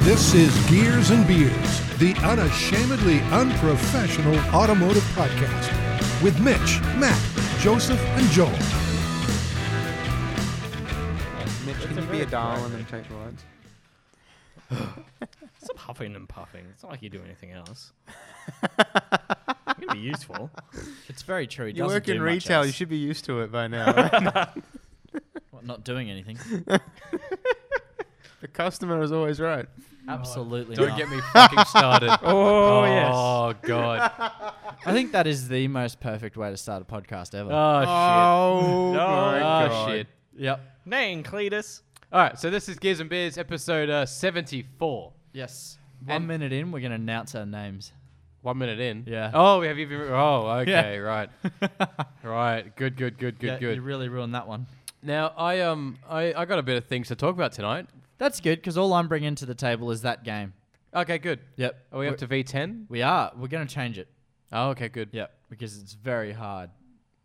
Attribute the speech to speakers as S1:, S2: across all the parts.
S1: This is Gears and Beers, the unashamedly unprofessional automotive podcast with Mitch, Matt, Joseph, and Joel.
S2: Mitch, can you be a doll and then take words?
S3: Stop huffing and puffing. It's not like you do anything else. it can be useful.
S4: It's very true. It
S2: You
S4: doesn't
S2: work in
S4: do much
S2: retail, you
S4: else.
S2: should be used to it by now. right?
S4: What, not doing anything.
S2: the customer is always right.
S4: Absolutely.
S5: Don't
S4: not.
S5: get me fucking started. oh,
S3: Oh, yes.
S5: god.
S4: I think that is the most perfect way to start a podcast ever.
S5: Oh,
S2: Oh, my
S5: shit.
S2: God.
S5: Oh shit. Yep.
S3: Name Cletus.
S5: All right. So this is Gears and Beers episode uh, seventy-four.
S4: yes. One
S5: And-
S4: minute in, we're gonna announce our names.
S5: One minute in.
S4: Yeah.
S5: Oh, we have even. Oh, okay. Right. right. Good. Good. Good. Good.
S4: Yeah,
S5: good.
S4: You really ruined that one.
S5: now I um I, I got a bit of things to talk about tonight.
S4: That's good because all I'm bringing to the table is that game.
S5: Okay. Good.
S4: Yep.
S5: Are we
S4: We're-
S5: up to V ten?
S4: We are. We're gonna change it.
S5: Oh, okay. Good.
S4: Yep. Because it's very hard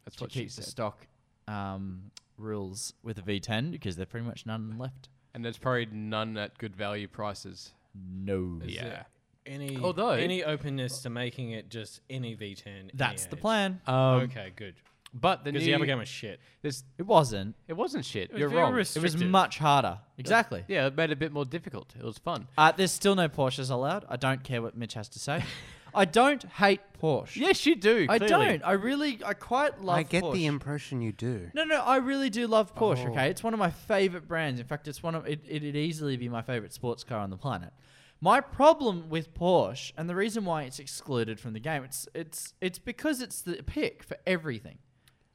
S5: That's
S4: to
S5: what she
S4: keep the
S5: said.
S4: stock um, rules with a V10 because there's pretty much none left.
S5: And there's probably none at good value prices.
S4: No.
S5: Yeah.
S3: Any
S5: Although-
S3: any openness to making it just any V10.
S4: That's the
S3: EAs.
S4: plan. Uh,
S5: Um,
S3: okay, good.
S5: But the new
S3: Because the other game was shit.
S5: this
S4: It wasn't.
S5: it wasn't shit.
S3: was
S5: You're
S3: very
S5: wrong.
S3: rest-
S4: It was
S3: Restrictive.
S4: much harder. Exactly.
S5: Yeah, it made it a bit more difficult. It was fun.
S4: Uh, there's still no Porsches allowed. I don't care what Mitch has to say. I don't hate Porsche.
S5: Yes, you do.
S4: I
S5: clearly.
S4: don't. I really, I quite love. Porsche.
S2: impression you do.
S4: No, no, I really do love Porsche.
S2: Oh.
S4: Okay, it's one of my favorite brands. In fact, it's one of it. It'd easily be my favorite sports car on the planet. My problem with Porsche, and the reason why it's excluded from the game, it's it's it's because it's the pick for everything.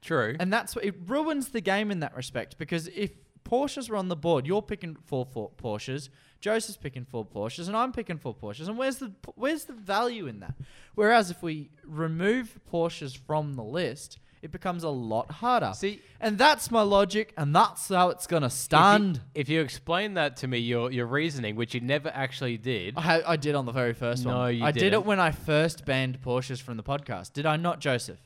S5: True.
S4: And that's what it ruins the game in that respect because if Porsches were on the board, you're picking four, four Porsches, Joseph's picking four Porsches, and I'm picking four Porsches. And where's the where's the value in that? Whereas if we remove Porsches from the list, it becomes a lot harder.
S5: See-
S4: and that's my logic, and that's how it's gonna stand.
S5: If you explain that to me, your your reasoning, which you never actually did.
S4: I, ha- I did on the very first one.
S5: No, you
S4: I did
S5: didn't.
S4: it when I first banned Porsches from the podcast. Did I not, Joseph?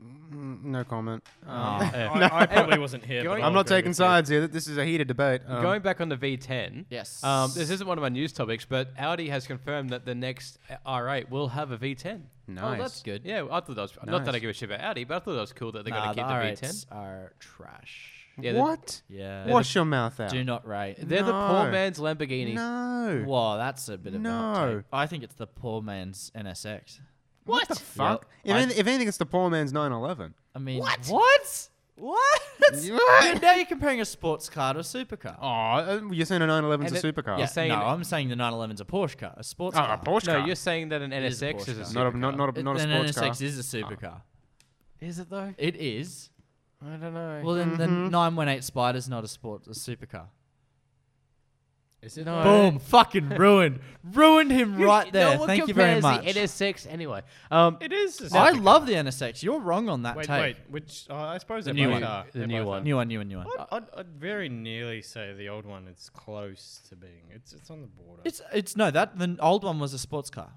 S2: No comment.
S3: I, I probably wasn't here. but
S5: Going-
S3: I'll
S2: I'm not
S3: agree
S2: taking
S3: with you.
S2: sides here. This is a heated debate. Um,
S5: Going back on the V10.
S4: Yes.
S5: Um, this isn't one of my news topics, but Audi has confirmed that the next R8 will have a V10.
S2: Nice.
S4: Oh, that's good.
S5: Yeah, I thought that was not that I
S2: Nice.
S5: give a shit about Audi, but I thought that was cool that they're
S4: Nah,
S5: going to keep the
S4: the R8s
S5: V10.
S4: are trash.
S5: Yeah, they're-
S2: what?
S4: Yeah.
S2: Wash your mouth out.
S4: Do not rate.
S5: They're, the poor
S2: No.
S5: man's Lamborghini.
S2: No.
S4: Wow, that's a bit of a hot
S2: No.
S4: take. I think it's the poor man's NSX.
S2: What the fuck?
S4: Yep.
S2: If,
S4: I-
S2: any- if anything, it's the poor man's 911.
S4: I mean, what? What? What?
S2: What?
S4: now you're comparing a sports car to a supercar.
S2: Oh, you're saying a 911 is
S5: And
S2: a
S5: it-
S2: supercar?
S4: yeah,
S5: you're saying
S4: no,
S5: that-
S4: I'm saying the 911's a Porsche car, a sports
S2: Oh,
S4: car.
S2: a Porsche
S5: No,
S2: car.
S5: you're saying that an
S4: is a
S5: NSX is a,
S4: Porsche
S5: supercar.
S2: not a, not, not a,
S4: It-
S2: not a
S4: an
S2: sports car. Oh.
S4: NSX is a supercar.
S5: Is it though?
S4: It is.
S5: I don't know.
S4: Well, then the
S2: Mm-hmm.
S4: 918 Spider's not a sport, a supercar.
S5: is it? No.
S2: Oh.
S4: Boom! Fucking ruined. ruined him
S5: You-
S4: right there.
S5: No one
S4: Thank you very
S5: compares
S4: much.
S5: The NSX anyway. Um,
S3: It is. a
S4: I
S3: sidekick.
S4: love the NSX. You're wrong on that
S3: Wait,
S4: take.
S3: wait. Which uh, I suppose the
S5: new one.
S3: Are.
S5: The
S3: They
S5: new
S3: both
S5: one.
S3: are.
S4: New one, new one, new one.
S3: I'd, I'd, I'd very nearly say the old one is close to being. It's it's on the border.
S4: It's it's no that the old one was a sports car.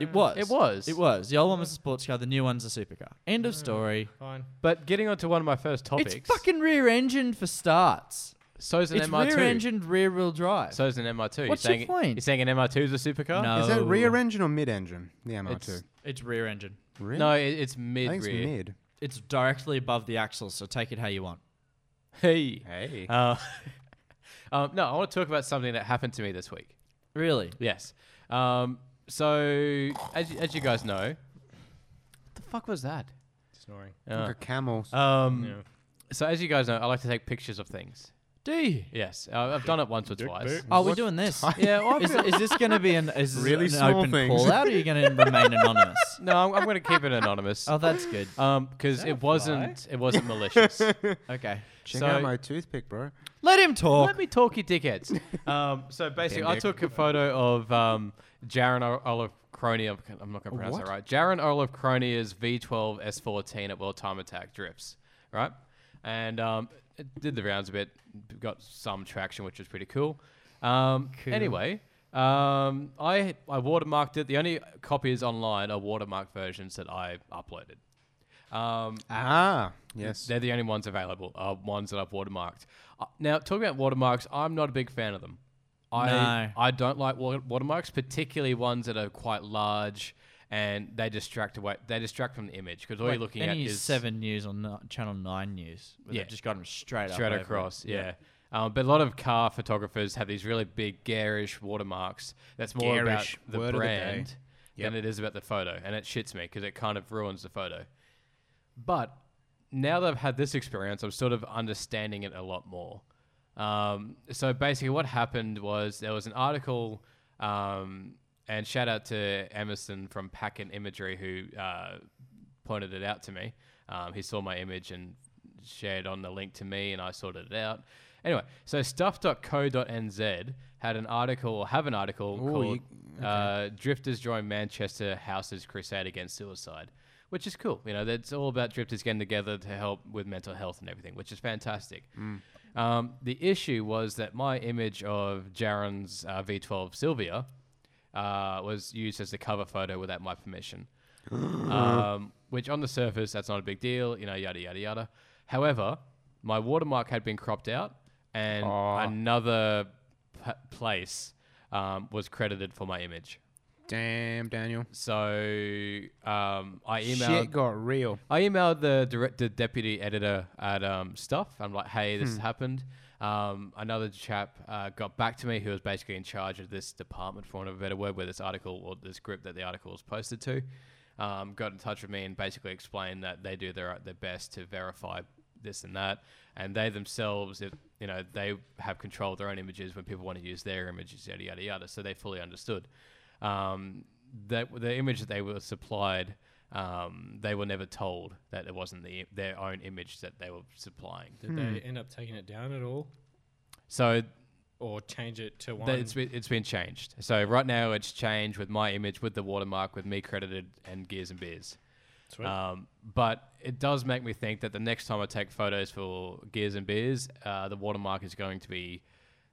S4: It was.
S5: It was.
S4: It was. The old one was a sports car. The new one's a supercar. End of story.
S3: fine.
S5: But getting onto one of my first topics.
S4: It's fucking rear-engined for starts.
S5: So's an
S4: it's
S5: MR2.
S4: rear-engined rear-wheel drive.
S5: So's an MR2.
S4: What's
S5: you're saying,
S4: your point?
S5: You're saying an MR2 is a supercar?
S4: no.
S2: Is that rear engine or mid engine? The
S5: Oh. It's-
S2: MR2.
S4: It's rear-engine.
S2: Really?
S5: No, it, it's
S2: I
S5: mid
S2: think it's
S5: rear.
S2: mid.
S4: It's directly above the axle, so take it how you want.
S5: Hey.
S2: Hey.
S5: Uh, um, no, I want to talk about something that happened to me this week.
S4: Really?
S5: Yes. Um, so, as, you- as you guys know, what the fuck was that?
S3: Snoring.
S2: Like
S5: Uh,
S2: a camel.
S5: um,
S3: Yeah.
S5: So, as you guys know, I like to take pictures of things.
S4: Do you?
S5: Yes. Uh, I've done it once or twice.
S3: pic.
S4: Oh, we're
S2: What
S4: doing this.
S2: type?
S5: Yeah, well, I
S4: Is,
S5: feel-
S4: is this going to be an is this
S2: Really
S4: an
S2: small
S4: open
S2: things.
S4: call out? Or are you going to remain anonymous?
S5: no, I'm, I'm going to keep it anonymous.
S4: Oh, that's good.
S5: Um, because it wasn't it wasn't malicious.
S4: Okay,
S2: Check
S5: so-
S2: out my toothpick, bro.
S4: let him talk.
S5: Let me talk, you dickheads. um, so basically, I
S2: Dick.
S5: took a photo of um, Jaron O- Olive Crony. I'm, I'm not going to pronounce
S2: What?
S5: that right. Jaron Olive Cronier's V12 S14 at World Time Attack drifts, right? And um, it did the rounds a bit, got some traction, which was pretty cool. Um, Anyway. Um, I I watermarked it. The only copies online are watermarked versions that I uploaded. Um,
S2: Ah, yes.
S5: they're the only ones available, uh, ones that I've watermarked. Uh, now, talking about watermarks, I'm not a big fan of them. I
S4: No.
S5: I don't like wa- watermarks, particularly ones that are quite large and they distract away. They distract from the image because all
S4: Like,
S5: you're looking
S4: any
S5: at is
S4: seven news on no, Channel Nine News. Where
S5: Yeah.
S4: they've just got them straight,
S5: straight
S4: up over it.
S5: across. Yeah. Um, but a lot of car photographers have these really big garish watermarks. That's more
S3: Garish,
S5: about the
S3: word of the
S5: brand
S3: day.
S5: than it is about the photo, and it shits me because it kind of ruins the photo. But now that I've had this experience, I'm sort of understanding it a lot more. Um, so basically, what happened was there was an article, um, and shout out to Emerson from Packet Imagery who uh, pointed it out to me. Um, he saw my image and shared on the link to me, and I sorted it out. Anyway, so stuff.co.nz had an article, or have an article called uh, "Drifters Join Manchester House's Crusade Against Suicide," which is cool. You know, that's all about drifters getting together to help with mental health and everything, which is fantastic. Um, the issue was that my image of Jaron's uh, V12 Sylvia uh, was used as the cover photo without my permission um, which on the surface that's not a big deal, you know, yada yada yada. However, my watermark had been cropped out, and another p- place um, was credited for my image.
S2: Damn, Daniel.
S5: So um, I emailed
S2: Shit got real.
S5: I emailed the director, deputy editor at um, Stuff. I'm like, hey, this has happened. Um, another chap uh, got back to me who was basically in charge of this department, for want of a better word, where this article or this group that the article was posted to. Um, got in touch with me and basically explained that they do their their best to verify this and that, and they themselves, if you know, they have control of their own images when people want to use their images, yada yada yada. So they fully understood um, that the image that they were supplied, um, they were never told that it wasn't the, their own image that they were supplying.
S3: Did they end up taking it down at all,
S5: So
S3: or change it to one?
S5: that it's been, it's been changed. So right now it's changed with my image, with the watermark, with me credited, and Gears and Beers.
S3: Sweet.
S5: Um, but it does make me think that the next time I take photos for Gears and Beers, uh, the watermark is going to be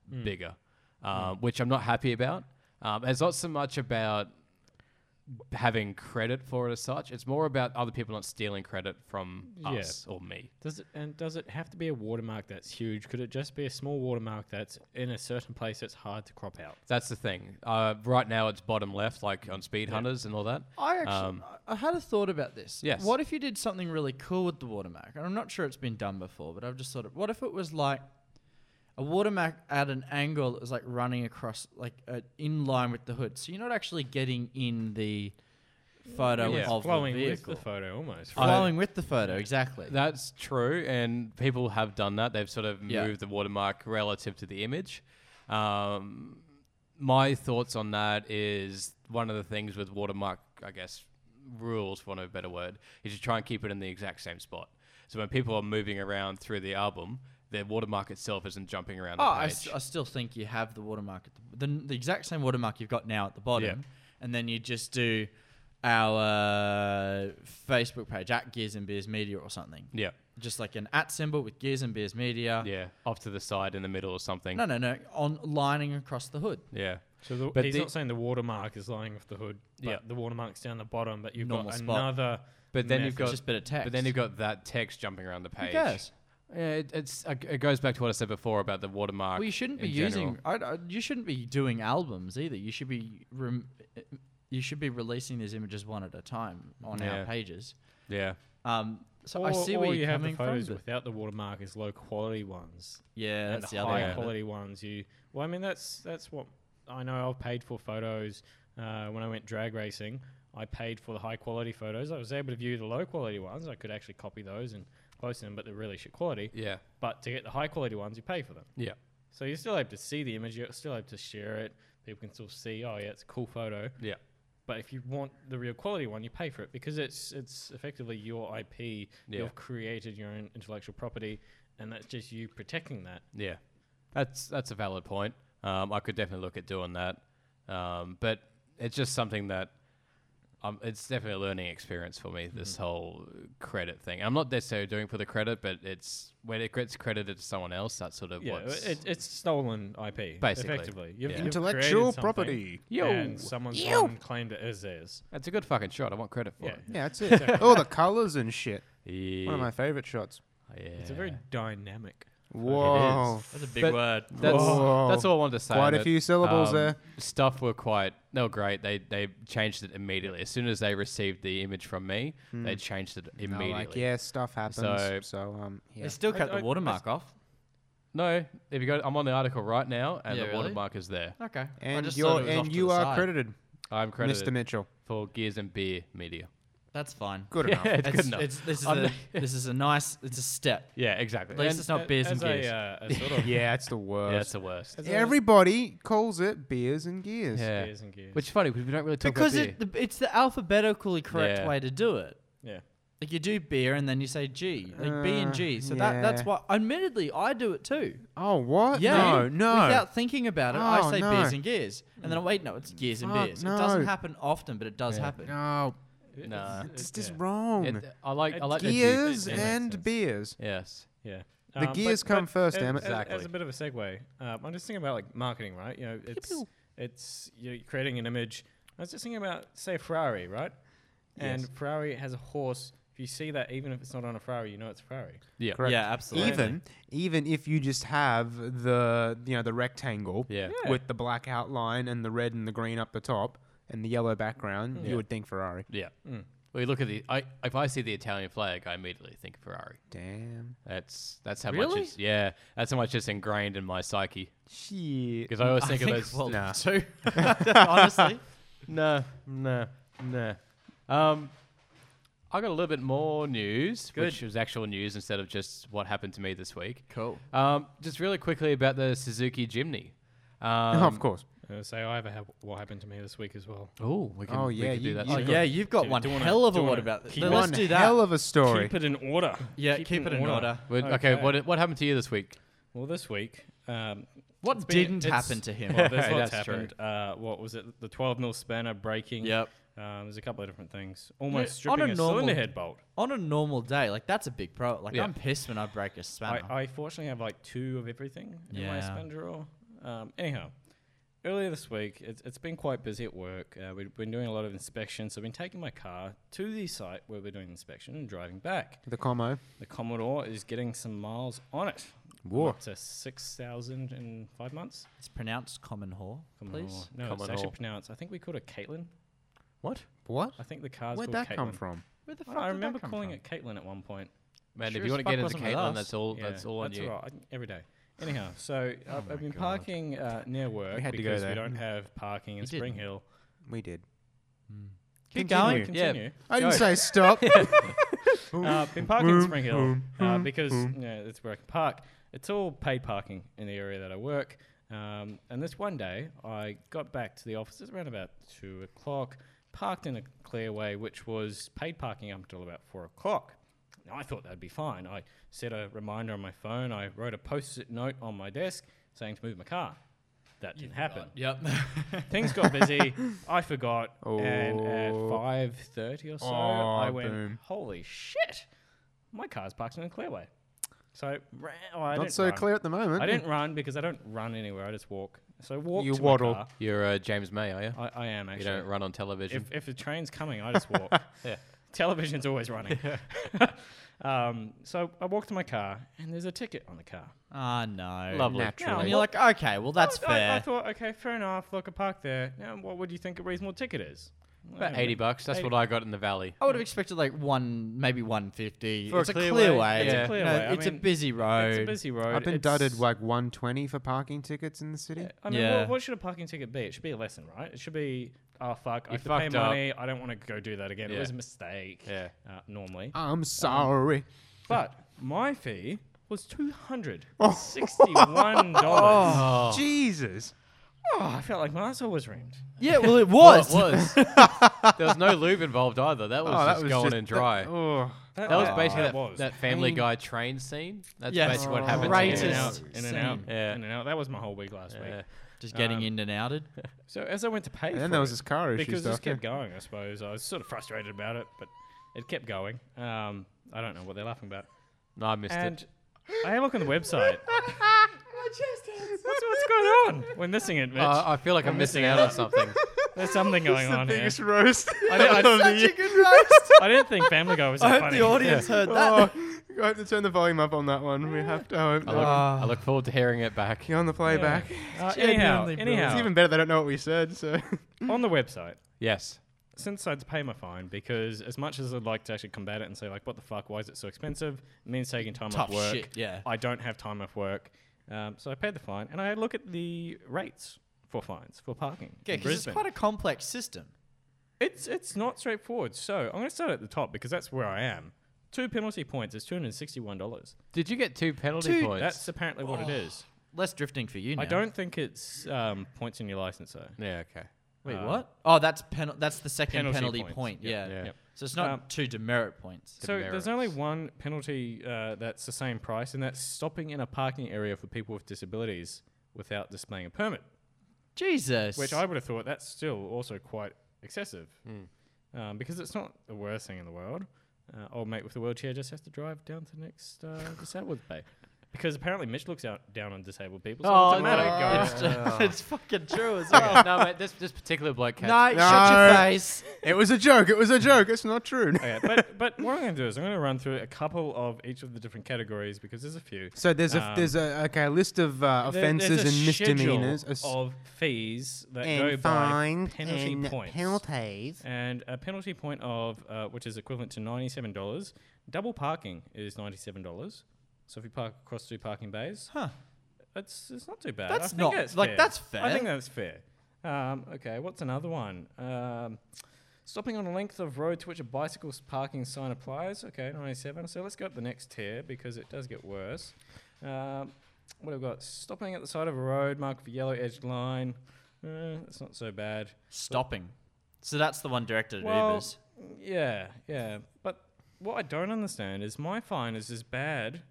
S3: Hmm.
S5: bigger, um, which I'm not happy about. Um, it's not so much about having credit for it as such. It's more about other people not stealing credit from
S3: Yeah.
S5: us or me.
S3: Does it and does it have to be a watermark that's huge? Could it just be a small watermark that's in a certain place that's hard to crop out?
S5: That's the thing. Uh, right now, it's bottom left, like on Speed Hunters and all that.
S4: I actually,
S5: Um,
S4: I I had a thought about this.
S5: Yes.
S4: What if you did something really cool with the watermark? And I'm not sure it's been done before, but I've just thought of what if it was like a watermark at an angle that was like running across, like uh, in line with the hood, so you're not actually getting in the photo
S5: Yeah,
S4: of the
S3: Flowing with
S4: vehicle,
S3: the photo almost. right?
S4: flowing with the photo, exactly.
S5: That's true, and people have done that. They've sort of
S4: Yeah.
S5: moved the watermark relative to the image. Um, my thoughts on that is one of the things with watermark, I guess, rules, for want of a better word, is you try and keep it in the exact same spot. So when people are moving around through the album, their watermark itself isn't jumping around
S4: oh,
S5: the
S4: I,
S5: page.
S4: s- I still think you have the watermark, at the, the, the exact same watermark you've got now at the bottom, and then you just do our uh, Facebook page at Gears and Beers Media or something.
S5: yeah,
S4: just like an at symbol with Gears and Beers Media.
S5: yeah, off to the side in the middle or something.
S4: No, no, no. On lining across the hood.
S5: Yeah,
S3: So the,
S5: But
S3: he's
S5: the-
S3: not saying the watermark is lying with the hood. But
S5: Yeah.
S3: The watermark's down the bottom, but you've
S4: Normal
S3: got
S4: spot.
S3: another.
S5: but then you've
S3: method.
S5: got
S4: It's just a bit of text.
S5: But then you've got that text jumping around the page.
S4: cares?
S5: Yeah, it, it's uh, it goes back to what I said before about the watermark.
S4: well, you shouldn't be
S5: in
S4: using.
S5: general.
S4: I, I, you shouldn't be doing albums either. You should be. Rem, you should be releasing these images one at a time on
S5: Yeah.
S4: our pages.
S5: Yeah,
S4: Um, so
S3: or,
S4: I see
S3: or
S4: where
S3: you
S4: you're
S3: have
S4: coming
S3: the photos
S4: from. but-
S3: without the watermark is low quality ones.
S4: yeah,
S3: and
S4: that's the
S3: high
S4: other one.
S3: quality ones you well i mean that's that's what i know i've paid for photos uh, when i went drag racing i paid for the high quality photos i was able to view the low quality ones i could actually copy those and post them but they're really shit quality
S5: yeah,
S3: but to get the high quality ones you pay for them
S5: yeah.
S3: so you're still able to see the image you're still able to share it people can still see oh yeah it's a cool photo
S5: Yeah.
S3: but if you want the real quality one you pay for it because it's it's effectively your ip
S5: Yeah.
S3: you've created your own intellectual property and that's just you protecting that
S5: Yeah, that's that's a valid point. Um, I could definitely look at doing that, um, but it's just something that um, it's definitely a learning experience for me. This whole credit thing. I'm not necessarily doing it for the credit, but it's when it gets credited to someone else. That's sort of
S3: Yeah,
S5: what's
S3: it, it's stolen IP.
S5: Basically,
S3: effectively, You've-
S5: yeah.
S3: you've
S2: Intellectual
S3: created something,
S2: property.
S5: Yo.
S3: and someone's gone and claimed it as theirs.
S5: that's a good fucking shot. I want credit for
S3: Yeah,
S5: it.
S2: Yeah, that's it. All the colors and shit.
S5: Yeah,
S2: One of my favorite shots.
S5: yeah.
S3: it's a very dynamic
S2: Whoa.
S6: That's a big
S5: But
S6: word.
S5: That's
S2: Whoa.
S5: that's all I wanted to say.
S2: Quite a
S5: that,
S2: few syllables
S5: um,
S2: there.
S5: Stuff were quite they were great. They they changed it immediately as soon as they received the image from me.
S2: Hmm.
S5: They changed it
S2: They were
S5: immediately.
S2: Like, yeah, stuff happens. So,
S5: So-
S2: um, yeah.
S6: They still
S3: I-
S6: cut
S3: I- I
S6: the watermark off.
S5: No, if you go, I'm on the article right now, and
S6: Yeah,
S5: the
S6: really?
S5: watermark is there.
S4: Okay.
S2: And
S6: just
S2: you're
S6: thought it was off
S2: and
S6: to
S2: you
S6: the
S2: are
S6: side.
S2: credited,
S5: I'm credited
S2: Mr. Mitchell.
S5: for Gears and Beer Media.
S4: That's fine.
S2: Good
S5: Yeah,
S2: enough.
S5: it's, good enough.
S4: it's- this, is
S5: I'm
S4: a,
S5: not-
S4: this is a nice, it's a step.
S5: yeah, exactly.
S4: At least
S5: And-
S4: it's not beers and
S3: as a,
S4: gears.
S3: uh, a sort of
S2: Yeah, it's the
S5: yeah, that's
S2: worst.
S5: the worst.
S3: as a-
S2: Everybody calls it beers and gears.
S5: Yeah,
S3: Beers and gears.
S5: which is funny because we don't really talk
S4: because
S5: about
S4: it, the, it's the alphabetically correct
S5: Yeah.
S4: way to do it.
S3: yeah.
S4: Like you do beer and then you say G, like B
S2: Uh,
S4: and G. So
S2: yeah.
S4: that that's why. Admittedly, I do it too.
S2: Oh, what?
S4: Yeah.
S2: No, no.
S4: Without thinking about it,
S2: Oh,
S4: I say
S2: no.
S4: beers and gears, and then I wait, no, it's gears and
S2: Fuck,
S4: beers. It doesn't
S2: no.
S4: happen often, but it does happen.
S2: no,
S3: It-
S5: Nah.
S3: it's-
S2: Oh, it's
S3: it-
S2: just
S3: yeah.
S2: wrong.
S5: beer. It- I like I like that you-
S2: gears
S3: it makes
S2: and
S3: sense.
S2: beers.
S5: yes.
S3: Yeah. Um,
S2: The gears come first,
S3: as-
S2: damn it.
S3: as- as
S5: Exactly.
S3: a bit of a segue, um, I'm just thinking about like marketing, right? You know, it's it's you're creating an image. I was just thinking about say Ferrari, right? And Ferrari has a horse. If you see that, even if it's not on a Ferrari, you know it's Ferrari.
S5: Yeah.
S2: Correct.
S4: Yeah, absolutely.
S2: Even even if you just have the you know the rectangle
S5: Yeah.
S3: Yeah.
S2: with the black outline and the red and the green up the top and the yellow background, you would think Ferrari.
S5: Yeah. Well, you look at the. I if I see the Italian flag, I immediately think Ferrari.
S2: Damn.
S5: That's that's how much
S4: Really?
S5: it's yeah. That's how much it's ingrained in my psyche
S2: Shit.
S5: because I always
S4: Mm. I
S5: think,
S4: think
S5: of those.
S4: well,
S5: nah,
S4: too. Honestly,
S5: no, no, no. Um, I got a little bit more news, which was actual news instead of just what happened to me this week.
S4: cool.
S5: Um, just really quickly about the Suzuki Jimny. Um,
S2: of course.
S3: Uh, say I ever have what happened to me this week as well.
S5: Oh, we can.
S2: Oh,
S5: we
S2: yeah,
S5: can do
S2: you-
S5: that.
S2: you
S4: Oh
S5: soon.
S4: yeah, you've got
S3: Do
S4: one
S3: you wanna-
S4: hell of
S3: do
S4: a
S3: you
S4: what
S3: wanna
S4: about this.
S3: keep
S4: Let's
S2: One
S4: do that.
S2: hell of a story.
S3: Keep it in order.
S4: yeah, keep, it in order.
S5: But- okay.
S3: okay.
S5: What what happened to you this week?
S3: Well, this week, um,
S4: What
S3: it's been-
S4: didn't
S3: it's-
S4: happen to him?
S3: Well, there's lots
S5: That's true.
S3: happened. Uh, what was it? The 12 mil spanner breaking.
S4: Yep.
S3: Um, there's a couple of different things. Almost
S4: Yeah, on
S3: stripping a,
S4: a normal-
S3: cylinder head bolt.
S4: On a normal day, like that's a big pro. Like
S5: Yeah.
S4: I'm pissed when I break a spanner.
S3: I, I fortunately have like two of everything in my
S4: Yeah.
S3: spend drawer. Um, anyhow, earlier this week, it's, it's been quite busy at work. Uh, we've been doing a lot of inspections. So I've been taking my car to the site where we're doing inspection and driving back.
S2: The combo.
S3: The Commodore is getting some miles on it. I'm
S2: Whoa.
S3: Up to 6,000 in five months.
S4: it's pronounced common whore,
S3: Commodore.
S4: please.
S3: No, it's
S5: Commodore.
S3: actually pronounced. I think we called it Caitlin.
S5: What?
S2: What?
S3: I think the car's
S2: Where'd
S3: called
S2: that come
S3: Caitlin.
S2: from?
S4: Where the fuck
S3: I
S4: did that
S3: remember
S4: come
S3: calling
S4: from?
S3: it Caitlin at one point.
S5: Man,
S4: Sure
S5: if you
S4: as
S5: want to
S4: fuck
S5: get into
S4: wasn't with
S5: Caitlin,
S4: us.
S5: that's all. that's all on
S3: that's
S5: you.
S3: all right. Every day. Anyhow, so
S2: Oh
S3: I've, I've been parking uh, near work
S2: had to go
S3: because
S2: there.
S3: we don't have parking in
S4: You
S3: Spring
S4: didn't.
S3: Hill.
S2: We did.
S4: Keep
S2: Continue.
S4: going.
S5: Yeah.
S3: Continue.
S2: I didn't
S5: Go.
S2: say stop.
S3: Uh, been parking in Spring Hill uh, because you know, that's where I can park. It's all paid parking in the area that I work. Um, and this one day, I got back to the office it's around about two o'clock, parked in a clearway, which was paid parking up until about four o'clock. Now, I thought that'd be fine. I set a reminder on my phone. I wrote a post-it note on my desk saying to move my car. That didn't happen.
S4: Yep.
S3: Things got busy. I forgot, and at
S2: Oh.
S3: five thirty or so,
S2: Oh,
S3: I went,
S2: boom.
S3: "Holy shit! My car's parked in a clearway." So ran, oh, I
S2: Not
S3: didn't
S2: so
S3: run.
S2: clear at the moment.
S3: I didn't run because I don't run anywhere. I just walk. So I walk.
S2: You
S3: to
S2: waddle.
S3: My car.
S5: You're uh, James May, are you?
S4: Oh,
S3: I, I am
S5: You
S3: actually.
S5: don't run on television.
S3: if if the train's coming, I just walk.
S5: Yeah.
S3: Television's always running. um, so I walk to my car, and there's a ticket on the car.
S4: Ah no.
S5: Lovely.
S3: Now,
S4: And you're like, okay, well that's
S3: I, I, I
S4: fair.
S3: thought, okay, fair enough. Look, I parked there. Now, what would you think a reasonable ticket is?
S5: About eighty bucks. That's
S3: 80.
S5: what I got in the valley.
S4: I would have expected like one, maybe one fifty.
S5: For a
S4: It's a
S5: clear
S4: clear
S5: way,
S4: way.
S5: it's a Yeah.
S3: clear
S4: No,
S3: way. I
S4: it's a
S3: mean,
S4: busy road.
S3: It's a busy road.
S2: I've been
S3: It's-
S2: dudded like 120 for parking tickets in the city.
S3: I mean,
S4: Yeah.
S3: what, what should a parking ticket be? It should be a lesson, right? It should be, oh fuck, I
S5: You
S3: have to pay
S5: fucked up.
S3: money. I don't want to go do that again. It
S5: Yeah.
S3: was a mistake.
S5: Yeah.
S3: Uh, normally,
S2: I'm sorry.
S3: but my fee was
S2: Oh.
S3: two hundred sixty-one dollars.
S5: Oh,
S2: Jesus.
S3: oh, I felt like my asshole was ringed.
S4: Yeah, well it
S5: Well,
S4: was.
S5: it was. there was no lube involved either. That was just going and dry. That,
S2: oh.
S5: was basically that,
S3: was.
S5: that Family
S2: Pain.
S5: Guy train scene. That's
S4: Yes.
S5: basically what happened.
S3: in
S5: To
S3: and
S5: me.
S3: out,
S4: Greatest
S3: in and out,
S4: scene.
S5: Yeah.
S3: in and out. That was my whole week last
S5: Yeah.
S3: week.
S4: Just getting
S3: Um,
S4: in and outed.
S3: So as I went to pay,
S2: And
S3: for
S2: then there was
S3: it,
S2: this car issue
S3: because
S2: stuff.
S3: this kept going. I suppose I was sort of frustrated about it, but it kept going. Um, I don't know what they're laughing about.
S5: No, I missed
S3: And
S5: it.
S3: I had a look on the website. What's, what's going on? We're missing it, Mitch.
S5: Uh, I feel like I'm missing out on something.
S3: There's something going on here.
S2: roast.
S3: I, didn't- I,
S4: good roast.
S3: I didn't think Family Guy was so
S4: I hope
S3: funny.
S4: the audience heard that.
S2: I have to turn the volume up on that one. We have to. hope
S5: I look,
S2: that-
S5: I look forward to hearing it back.
S2: You're on the playback.
S3: Uh, anyhow,
S4: genuinely brilliant.
S2: It's
S3: anyhow
S2: even better they don't know what we said, so.
S3: on the website,
S5: Yes.
S3: since I had to pay my fine, because as much as I'd like to actually combat it and say, like, what the fuck, why is it so expensive? It means taking time
S4: Tough
S3: off work.
S4: shit, yeah.
S3: I don't have time off work. Um, so I paid the fine, and I look at the rates for fines for parking.
S4: Yeah,
S3: in
S4: because it's
S3: Brisbane.
S4: quite a complex system.
S3: It's it's not straightforward. So I'm going to start at the top because that's where I am. Two penalty points is two hundred sixty-one dollars.
S5: Did you get two penalty
S4: Dude,
S5: points?
S3: That's apparently what it is.
S4: Less drifting for you now.
S3: I don't think it's um, points in your license though.
S5: yeah. Okay.
S4: Wait,
S3: uh,
S4: what? Oh, that's pen- That's the second
S3: Penalty
S4: penalty
S3: points.
S4: point.
S3: Yep,
S4: Yeah.
S5: yep.
S4: So it's not
S3: Um,
S4: two demerit points.
S3: So
S5: Demerits.
S3: there's only one penalty uh, that's the same price, and that's stopping in a parking area for people with disabilities without displaying a permit.
S4: Jesus. Oh,
S3: Which I would have thought that's still also quite excessive,
S2: Hmm.
S3: um, because it's not the worst thing in the world. Uh, old mate with the wheelchair just has to drive down to next uh, disabled bay, because apparently Mitch looks out down on disabled people. So
S5: Oh,
S3: it doesn't matter.
S5: no.
S3: guys.
S4: It's, it's fucking true as well.
S5: no, mate. This this particular bloke.
S4: no,
S5: Catch,
S4: shut your face.
S2: it was a joke. It was a joke. It's not true.
S3: Okay, but but what I'm going to do is I'm going to run through a couple of each of the different categories because there's a few.
S2: So there's a
S3: Um,
S2: there's a okay a list of uh,
S3: There- there's
S2: offences
S3: a
S2: and misdemeanors
S3: schedule
S2: a s-
S3: of fees that go
S2: and
S3: by
S2: fines
S3: penalty
S2: and
S3: points.
S2: penalties.
S3: And a penalty point of uh, which is equivalent to ninety-seven dollars. Double parking is ninety-seven dollars. So if you park across two parking bays,
S4: Huh.
S3: it's it's not too bad. I
S4: That's
S3: think
S4: not-
S3: that's
S4: like,
S3: fair.
S4: that's
S3: I think
S4: fair.
S3: that's fair. Um, okay, what's another one? Um, stopping on a length of road to which a bicycle's parking sign applies. Okay, 97. So let's go up the next tier because it does get worse. Um, what have we got? Stopping at the side of a road marked with a yellow edged line. Uh, that's not so bad.
S4: Stopping. So that's the one directed at
S3: Well,
S4: Ubers.
S3: yeah, yeah. But what I don't understand is my fine is as bad,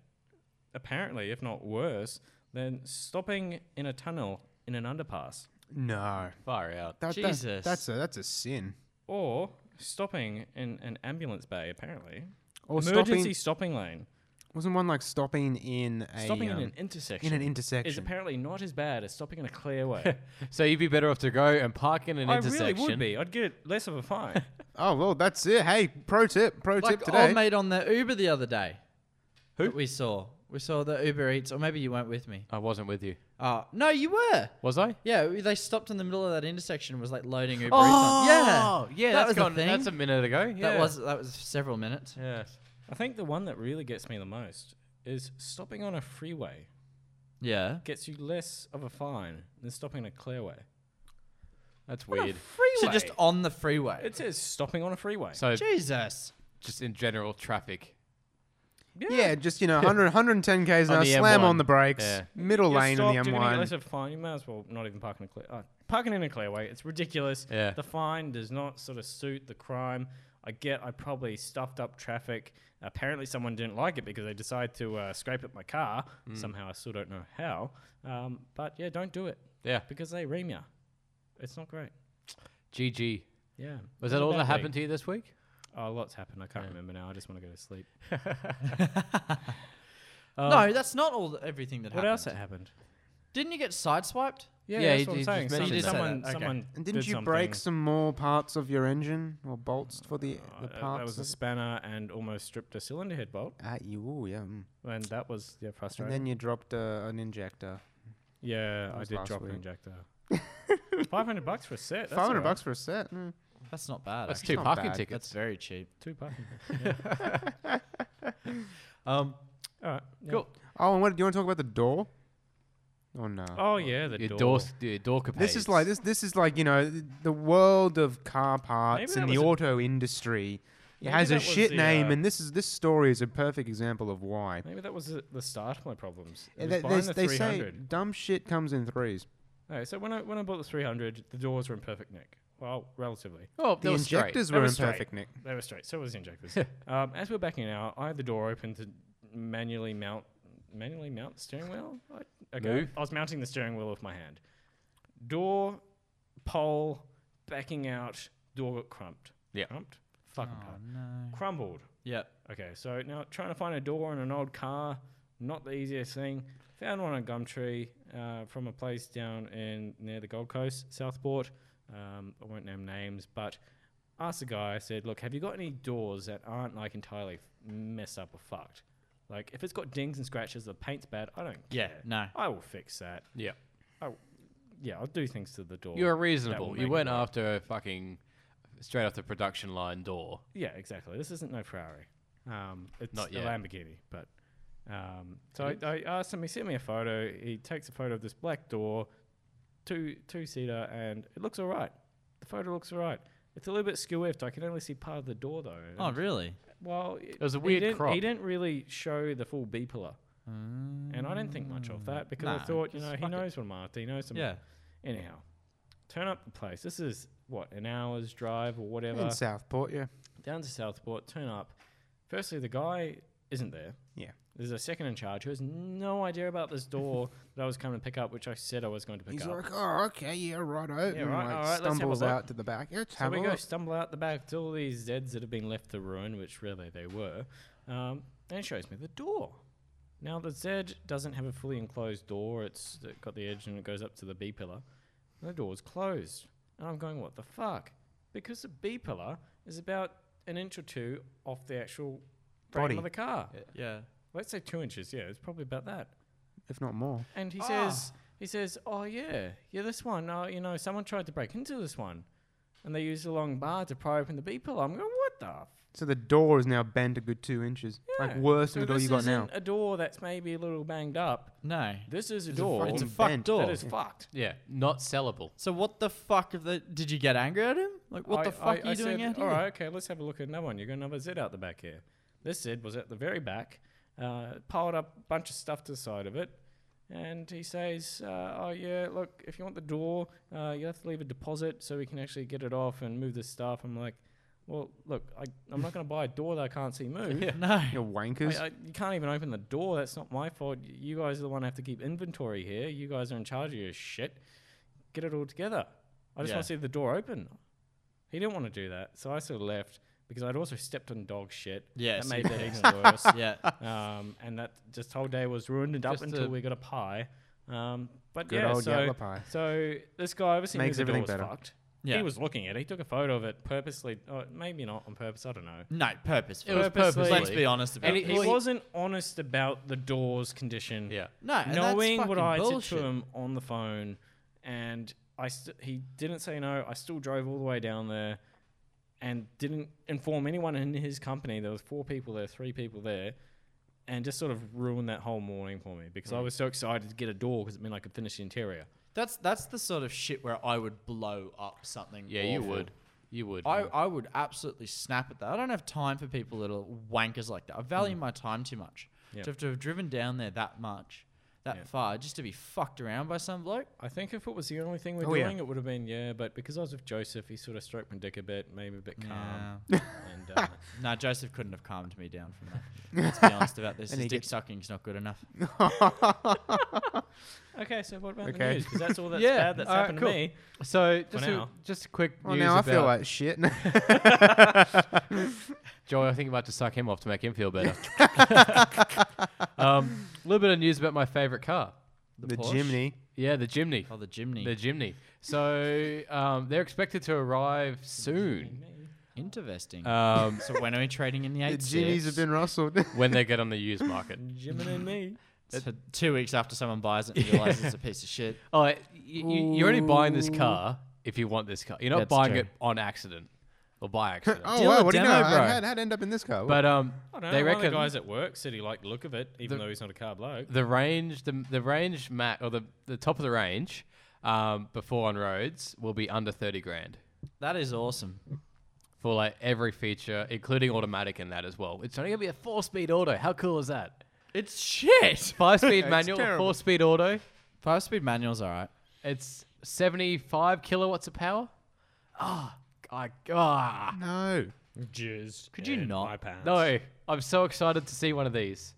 S3: apparently, if not worse, than stopping in a tunnel in an underpass
S2: No,
S5: Far out.
S2: That- that-
S4: Jesus.
S2: that's a that's a sin.
S3: or stopping in an ambulance bay, apparently.
S2: Or
S3: Emergency
S2: stopping
S3: stopping lane.
S2: wasn't one like stopping in a
S3: Stopping
S2: um,
S3: in an intersection.
S2: in an
S3: is
S2: intersection.
S3: apparently not as bad as stopping in a clear way.
S5: So you'd be better off to go and park in an
S3: I really
S5: intersection.
S3: would be. I'd get less of a oh, fine.
S2: oh well, that's it. Hey, pro tip, pro
S4: Like
S2: tip today.
S4: old mate on the Uber the other day. Who? That we saw. We saw the Uber Eats, or maybe you weren't with me.
S5: I wasn't with you.
S4: Uh, no, you were.
S5: Was I?
S4: Yeah, they stopped in the middle of that intersection and was like loading Uber Eats
S3: Oh,
S4: on. Yeah.
S5: yeah.
S4: that
S5: that's
S4: was
S5: gone-
S4: a thing.
S5: That's a minute ago. Yeah.
S4: That was that was several minutes.
S5: Yeah.
S3: I think the one that really gets me the most is stopping on a freeway
S4: Yeah.
S3: gets you less of a fine than stopping in a clear way.
S5: That's weird.
S4: So just
S3: Freeway.
S4: on the freeway.
S3: It says stopping on a freeway.
S5: So
S4: Jesus.
S5: just in general traffic.
S2: yeah, just you know, 100, 110 k's an
S5: On
S2: hour,
S5: the
S2: slam
S5: M1.
S2: on the brakes,
S5: Yeah.
S2: middle
S3: You're
S2: lane
S3: stopped,
S2: in the
S3: you're gonna get less
S2: M1.
S3: of a fine. You may as well not even park in a clear. Uh, parking in a clear way, it's ridiculous.
S5: Yeah.
S3: The fine does not sort of suit the crime. I get I probably stuffed up traffic. Apparently, someone didn't like it because they decided to uh, scrape at my car. Somehow, I still don't know how. Um, but yeah, don't do it
S5: Yeah.
S3: because they ream you. It's not great.
S5: GG.
S3: Yeah.
S5: Was
S3: It
S5: that
S3: a
S5: all
S3: bad
S5: that
S3: week.
S5: happened to you this week?
S3: Oh, lots happened. I can't remember now. I just want to go to sleep.
S4: no, that's not all th- everything that
S3: What
S4: happened.
S3: else that happened?
S4: Didn't you get sideswiped?
S3: Yeah,
S5: Yeah,
S3: that's
S5: you
S3: what
S5: did-
S3: I'm
S5: you
S3: saying.
S5: just
S3: Some-
S4: mentioned that.
S3: someone,
S4: Okay.
S3: someone
S2: And didn't
S3: did
S2: you
S3: something.
S2: break some more parts of your engine or bolts for the, the
S3: Uh, that was
S2: parts?
S3: a
S2: of-
S3: spanner and almost stripped a cylinder head bolt,
S2: Ah, you, ooh, yeah. mm.
S3: and that was yeah
S2: And
S3: frustrating.
S2: then you dropped uh, an injector.
S3: yeah, I
S2: was
S3: did
S2: last
S3: drop
S2: week.
S3: an injector. Five hundred bucks for a set.
S2: Five hundred bucks for a set.
S3: Hmm.
S2: mm.
S4: That's not bad.
S5: That's
S4: actually.
S5: two
S2: not
S5: parking
S2: bad.
S4: That's
S5: tickets.
S4: very cheap.
S3: two parking.
S5: Um,
S3: All right, yeah.
S5: Cool.
S2: Oh, and what do you want to talk about the door? Oh no.
S3: Oh yeah, the
S5: your door,
S3: door.
S5: s- your door capades.
S2: This is like this. This is like you know th- the world of car
S3: Maybe
S2: parts
S3: that
S2: and the
S3: was a-
S2: auto industry. It
S3: Maybe
S2: has
S3: that
S2: a
S3: was
S2: shit
S3: the,
S2: name,
S3: uh,
S2: and this is this story is a perfect example of why.
S3: Maybe that was the, the start of my problems. It was
S2: And they-
S3: buying
S2: they
S3: the
S2: they
S3: three
S2: say
S3: hundred.
S2: dumb shit comes in threes.
S3: Alright, so when I when I bought the three hundred, the doors were in perfect nick. Well, relatively.
S5: oh, that
S2: The
S5: was straight.
S2: injectors
S3: That
S2: were in
S3: was straight.
S2: perfect, Nick.
S3: They were straight. So was the injectors. um, as we we're backing out, I had the door open to manually mount manually mount the steering wheel. I, okay,
S5: Move.
S3: I was mounting the steering wheel with my hand. Door, pole, backing out. Door got crumped.
S5: Yeah.
S3: crumped. Fucking crumped. crumbled.
S4: Yep.
S3: Okay, so now trying to find a door in an old car, not the easiest thing. Found one on Gumtree uh, from a place down in near the Gold Coast, Southport. Um, I won't name names, but asked the guy. I said, "Look, have you got any doors that aren't like entirely f- messed up or fucked?" Like if it's got dings and scratches, the paint's bad. I don't.
S4: Yeah,
S3: care.
S4: no.
S3: I will fix that.
S5: Yeah.
S3: Yeah, I'll do things to the door.
S5: You're
S3: that will
S5: reasonable.
S3: make
S5: You
S3: it
S5: went
S3: right.
S5: after a fucking straight off the production line door.
S3: Yeah, exactly. This isn't no Ferrari. Um, it's
S5: Not
S3: a
S5: yet.
S3: Lamborghini, but. Um, so I, I asked him. He sent me a photo. He takes a photo of this black door, two two seater, and it looks all right. The photo looks all right. It's a little bit skew-whiffed. I can only see part of the door though.
S4: Oh,
S3: and-
S4: really?
S3: Well, it
S5: was a weird
S3: he didn't,
S5: crop.
S3: He didn't really show the full B pillar, and I didn't think much of that because I
S4: Nah,
S3: thought, you
S4: just
S3: know, he
S4: fuck it.
S3: knows what I'm after. He knows some.
S4: Yeah.
S3: Anyhow, turn up the place. This is what an hour's drive or whatever
S2: In Southport, yeah.
S3: down to Southport. Turn up. Firstly, the guy isn't there.
S2: Yeah.
S3: There's a second in charge who has no idea about this door that I was coming to pick up, which I said I was going to pick
S2: He's
S3: up.
S2: like, oh, okay, yeah, right, oh.
S3: Yeah,
S2: and,
S3: right,
S2: like,
S3: all right, let's have a
S2: stumbles
S3: look.
S2: out to the back. Yeah, let's
S3: So
S2: have
S3: we
S2: a
S3: go
S2: look.
S3: stumble out the back to all these Zeds that have been left to ruin, which really they were. Um, and it shows me the door. Now the Z doesn't have a fully enclosed door. It's it got the edge and it goes up to the B pillar. And the door's closed. And I'm going, what the fuck? Because the B pillar is about an inch or two off the actual frame
S2: Body.
S3: of the car.
S4: Yeah.
S3: Let's say two inches. Yeah, it's probably about that.
S2: If not more.
S3: And he says, he says, oh yeah, yeah, this one. Uh, you know, someone tried to break into this one, and they used a long bar to pry open the B pillar. I'm going, what the? F-?
S2: So the door is now bent a good two inches. Like
S3: Yeah.
S2: worse than
S3: So
S2: the door
S3: this
S2: you got now.
S3: isn't A door that's maybe a little banged up.
S4: No.
S3: This is a
S2: a
S3: door.
S2: fucking
S4: It's a
S2: bent.
S4: fucked door.
S3: That is fucked.
S5: Yeah, not sellable.
S4: So what the fuck of the? Did you get angry at him? Like what the
S3: I-
S4: fuck
S3: I-
S4: are
S3: I
S4: you doing
S3: said,
S4: out here?
S3: All right, okay, let's have a look at another one. You got another Zed out the back here. This Zed was at the very back, uh, piled up a bunch of stuff to the side of it. And he says, uh, Oh, yeah, look, if you want the door, uh, you have to leave a deposit so we can actually get it off and move this stuff. I'm like, Well, look, I, I'm not going to buy a door that I can't see move.
S4: No.
S2: You're
S3: I-
S2: wankers.
S3: I- you can't even open the door. That's not my fault. Y- You guys are the one who have to keep inventory here. You guys are in charge of your shit. Get it all together. I just
S4: Yeah.
S3: want to see the door open. He didn't want to do that, so I sort of left because I'd also stepped on dog shit.
S4: Yes,
S3: that
S4: you
S3: made
S4: did.
S3: that even worse.
S4: Yeah.
S3: Um, and that this whole day was ruined up
S5: Just
S3: until
S5: a-
S3: we got a pie. Um, but
S2: Good
S3: yeah,
S2: old
S3: so
S2: yellow pie.
S3: so this guy obviously
S2: Makes
S3: knew the door
S2: everything
S3: was
S2: better.
S3: fucked.
S4: Yeah.
S3: He was looking at it. He took a photo of it purposely. Oh, maybe not on purpose. I don't know.
S4: No, purposeful.
S5: It was purposely.
S4: Let's be honest about
S5: And
S4: it.
S5: he-
S3: He
S5: Well,
S3: wasn't honest about the door's condition.
S5: Yeah.
S4: no, and that's
S3: knowing what
S4: fucking
S3: I
S4: bullshit.
S3: said to him on the phone, and I st- he didn't say no. I still drove all the way down there, and didn't inform anyone in his company. There was four people there, three people there, and just sort of ruined that whole morning for me
S4: Hmm.
S3: because I was so excited to get a door because it meant I could finish the interior.
S4: That's that's the sort of shit where I would blow up something.
S5: Yeah, you
S4: awful.
S5: would. You would.
S4: I, I would absolutely snap at that. I don't have time for people that are wankers like that. I value my time too much.
S3: Yeah.
S4: To have to have driven down there that much, that
S3: Yeah.
S4: far, just to be fucked around by some bloke.
S3: I think if it was the only thing we're
S2: Oh, yeah.
S3: doing, it would have been yeah. But because I was with Joseph, he sort of stroked my dick a bit, made me a bit calm, and. Uh,
S4: No, Joseph couldn't have calmed me down from that. Let's be honest about this.
S2: And
S4: His
S2: he
S4: dick
S2: gets-
S4: sucking's not good enough.
S3: Okay, so what about the
S2: Okay.
S3: news? Because that's all that's
S5: Yeah,
S3: bad that's
S5: alright,
S3: happened
S5: cool.
S3: to me.
S5: so just a,
S3: now.
S5: just a quick
S2: well,
S5: news
S2: now I
S5: about
S2: feel like shit.
S5: Joey. I think you're about to suck him off to make him feel better. Um, A little bit of news about my favorite car.
S2: the
S4: Porsche?
S2: chimney.
S5: Yeah, the Jimny.
S4: Oh, the chimney.
S5: The Jimny. So um, they're expected to arrive soon.
S4: Interesting.
S5: Um,
S4: so when are we trading in the
S2: The
S4: eight?
S2: jimnies have been rustled.
S5: when they get on the used market.
S3: Jim and me.
S4: two weeks after someone buys it and realizes it's a piece of shit.
S5: Oh, y- y- you're only buying this car if you want this car. You're not
S4: That's
S5: buying
S4: true.
S5: it on accident or by accident.
S2: oh,
S4: Deal
S2: wow,
S4: a
S2: what do you
S4: demo,
S2: know?
S4: bro.
S2: How'd, how'd end up in this car?
S5: But um,
S3: I don't know.
S5: they
S3: one
S5: reckon
S3: of the guys at work said he liked the look of it, even
S5: The-
S3: though he's not a car bloke.
S5: the range, the, the range mat or the, the top of the range, um, before on roads will be under thirty grand
S4: That is awesome.
S5: for like every feature, including automatic in that as well. It's only gonna be a four speed auto. How cool is that?
S4: It's shit.
S5: Five speed
S2: It's
S5: manual,
S2: terrible.
S5: four speed auto.
S4: Five speed manual's all right.
S5: It's seventy five kilowatts of power. Oh, I, ah.
S2: no.
S3: Jizz.
S4: Could you
S3: in
S4: not?
S3: My pants.
S5: No, I'm so excited to see one of these.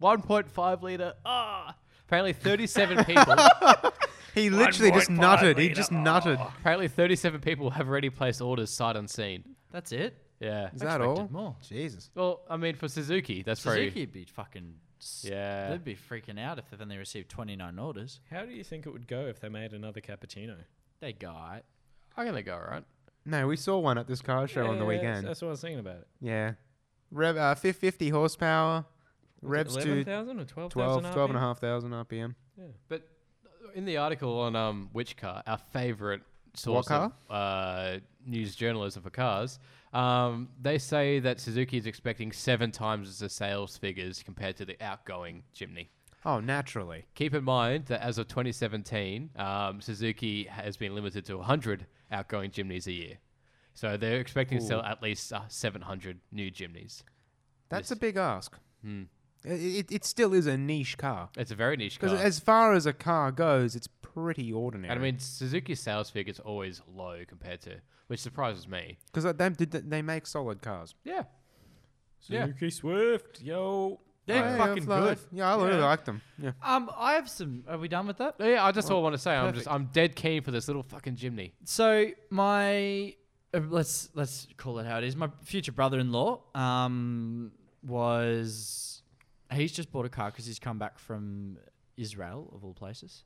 S5: 1.5 liter. Ah, apparently 37 people.
S2: He literally just nutted. He just nutted.
S5: apparently 37 people have already placed orders sight unseen.
S4: That's it.
S5: Yeah.
S2: Is that all?
S4: more.
S2: Jesus.
S5: Well, I mean, for Suzuki, that's very.
S4: Suzuki'd be fucking. s-
S5: Yeah.
S4: They'd be freaking out if then they received 29 orders.
S3: How do you think it would go if they made another cappuccino?
S4: They got it.
S5: I reckon they go all right.
S2: No, we saw one at this car show
S3: Yeah, yeah,
S2: on the
S3: yeah,
S2: weekend.
S3: That's, that's what I was thinking about it.
S2: Yeah. Rev, uh, 50 horsepower, Revs
S3: eleven
S2: to
S3: thousand or twelve
S2: 12,
S3: thousand.
S2: 12 and a half thousand RPM.
S5: But in the article on um, which car, our favorite source
S2: car?
S5: of uh, news journalism for cars, um, they say that Suzuki is expecting seven times the sales figures compared to the outgoing Jimny.
S2: Oh, naturally.
S5: Keep in mind that as of 2017, um, Suzuki has been limited to 100 outgoing Jimneys a year. So they're expecting to sell at least uh, 700 new Jimneys. Yes.
S2: That's a big ask. I- It, it still is a niche car.
S5: It's a very niche car.
S2: Because as far as a car goes, it's pretty ordinary.
S5: and I mean, Suzuki's sales figure is always low compared to, which surprises me.
S2: because they, uh, did- they make solid cars.
S5: Yeah. Yeah.
S3: Suzuki Swift, yo.
S4: They're
S2: Yeah,
S4: fucking
S2: I
S4: good.
S2: like- Yeah, I really
S3: Yeah.
S2: like them. Yeah.
S4: Um, I have some. Are we done with that?
S5: No, yeah, I just all want to say I'm just
S4: perfect.
S5: I'm dead keen for this little fucking chimney.
S4: So my uh, let's let's call it how it is. My future brother-in-law um was he's just bought a car because he's come back from Israel of all places.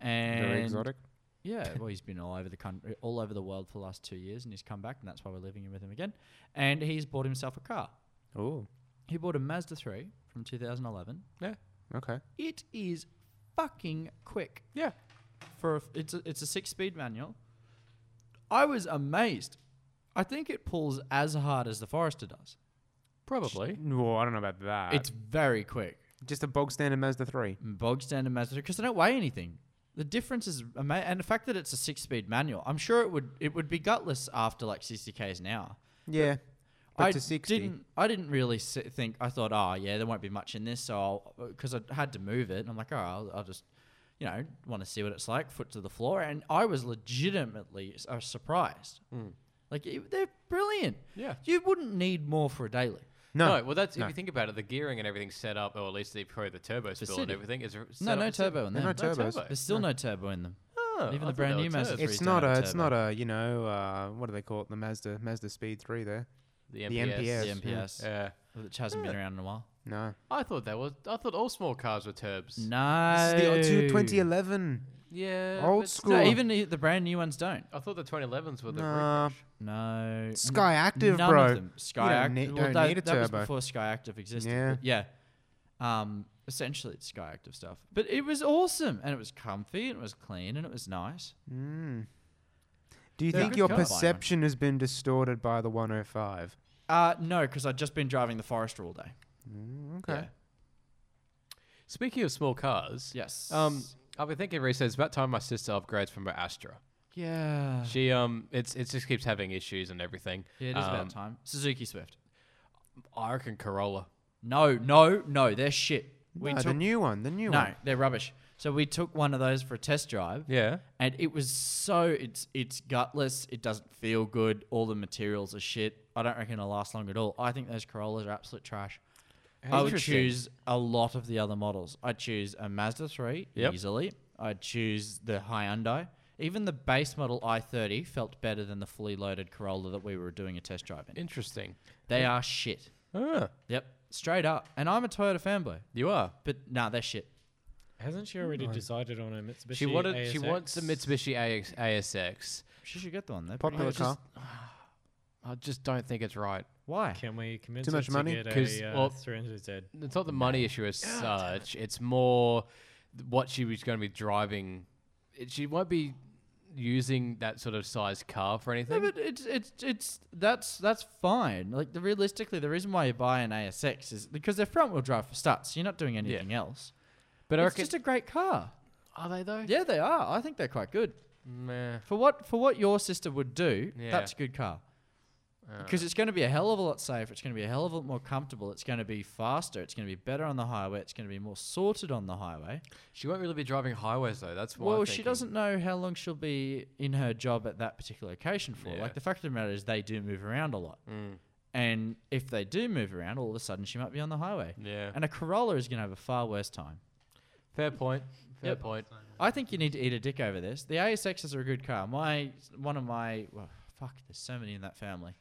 S4: And
S2: Very exotic.
S4: Yeah, well, he's been all over the country, all over the world for the last two years, and he's come back, and that's why we're living in with him again. And he's bought himself a car.
S2: Oh,
S4: He bought a Mazda 3 from 2011.
S5: Yeah.
S2: okay.
S4: It is fucking quick.
S5: Yeah.
S4: For a, it's a, it's a six-speed manual. I was amazed. I think it pulls as hard as the Forester does.
S5: Probably.
S2: Well, I don't know about that.
S4: it's very quick.
S2: just a bog standard Mazda 3.
S4: bog standard Mazda because they don't weigh anything. The difference is, ama- and the fact that it's a six-speed manual, I'm sure it would it would be gutless after like 60 k's an hour.
S2: Yeah. But
S4: I
S2: to 60.
S4: didn't. I didn't really s- think. I thought, oh yeah, there won't be much in this, so because I had to move it, and I'm like, oh, I'll, I'll just, you know, want to see what it's like, foot to the floor, and I was legitimately s- uh, surprised. Like it, they're brilliant.
S5: Yeah.
S4: you wouldn't need more for a daily.
S5: No,
S2: no.
S5: well, that's
S2: No.
S5: if you think about it, the gearing and everything's set up, or at least the probably the turbo spill and
S4: city.
S5: everything is r- set
S4: No,
S5: up
S4: no
S5: for city.
S4: turbo in
S2: They're
S4: them.
S2: not turbos.
S5: turbo.
S4: There's still no turbo in them.
S5: Oh, I
S4: Even the
S5: thought
S4: brand
S5: they
S4: new
S5: were
S4: Mazda
S5: turbos.
S4: 3
S2: It's
S4: don't
S2: not a,
S4: have
S2: it's
S4: turbo.
S2: not a, you know, uh, what do they call it? The Mazda, Mazda Speed 3 there.
S5: The
S2: the
S5: MPS.
S2: MPS.
S4: The MPS,
S5: Yeah.
S4: which hasn't been around in a while.
S2: No.
S5: I thought that was. I thought all small cars were turbs.
S4: No,
S2: This is the old 2011.
S5: Yeah.
S2: Old
S5: but-
S2: school.
S4: No, even the, the brand new ones don't.
S5: I thought the 2011s were the.
S2: Nah.
S5: refresh.
S4: No,
S2: Sky Active,
S4: None
S2: bro.
S4: Of them. Sky
S2: don't
S4: Active.
S2: need- don't
S4: that,
S2: need a
S4: that was
S2: turbo.
S4: before Sky Active existed.
S2: Yeah.
S4: but Yeah. Um, essentially, it's Sky Active stuff. But it was awesome, and it was comfy, and it was clean, and it was nice.
S2: Mm. Do you
S4: They're
S2: think
S4: good
S2: your
S4: cars.
S2: perception has been distorted by the 105?
S4: Uh, no, because I'd just been driving the Forester all day.
S2: Okay.
S5: Speaking of small cars.
S4: Yes.
S5: Um, I've been thinking recently. It's about time my sister upgrades from her Astra.
S4: Yeah.
S5: She um, it's it just keeps having issues and everything.
S4: Yeah, it is
S5: Um,
S4: about time. Suzuki Swift.
S5: I reckon Corolla.
S4: No, no, no. They're shit. We
S2: No, the
S4: took
S2: new one, the new
S4: no.
S2: one.
S4: They're rubbish. So we took one of those for a test drive.
S5: Yeah.
S4: and it was so it's it's gutless. It doesn't feel good. All the materials are shit. I don't reckon it'll last long at all. I think those Corollas are absolute trash. I would
S5: Interesting.
S4: choose a lot of the other models. I'd choose a Mazda three
S5: Yep.
S4: easily. I'd choose the Hyundai. Even the base model i30 felt better than the fully loaded Corolla that we were doing a test drive in.
S5: Interesting.
S4: They are shit.
S5: Ah,
S4: Yep, straight up. And I'm a Toyota fanboy,
S5: you are.
S4: but nah, they're shit.
S3: Hasn't she already decided on a Mitsubishi?
S5: she wanted. She
S3: ASX?
S5: wants a Mitsubishi AX, ASX.
S4: She should get the one. They're pretty
S2: Popular
S4: good.
S2: car.
S5: I just don't think it's right.
S4: Why?
S3: Can we convince
S2: Too
S3: her
S2: much
S3: to
S2: money?
S3: get a
S5: 'Cause,
S3: uh,
S5: well-
S3: 300Z?
S5: It's not the money issue as such. It's more th- what she was going to be driving. It, she won't be using that sort of size car for anything.
S4: No, but it's it's it's that's that's fine. Like the, realistically, the reason why you buy an ASX is because they're front wheel drive for starts. So you're not doing anything else.
S5: But I
S4: it's
S5: reckon-
S4: just a great car.
S5: are they though?
S4: Yeah, they are. I think they're quite good
S5: Meh.
S4: for what for what your sister would do.
S5: Yeah.
S4: That's a good car because it's going to be a hell of a lot safer. It's going to be a hell of a lot more comfortable. It's going to be faster. It's going to be better on the highway. It's going to be more sorted on the highway.
S5: She won't really be driving highways though. That's why.
S4: Well, she doesn't know how long she'll be in her job at that particular location for.
S5: Yeah.
S4: Like the fact of the matter is, they do move around a lot, and if they do move around, all of a sudden she might be on the highway.
S5: Yeah.
S4: And a Corolla is going to have a far worse time.
S5: Fair point. Fair
S4: Yep.
S5: point.
S4: I think you need to eat a dick over this. The ASXs are a good car. My one of my well, fuck, there's so many in that family.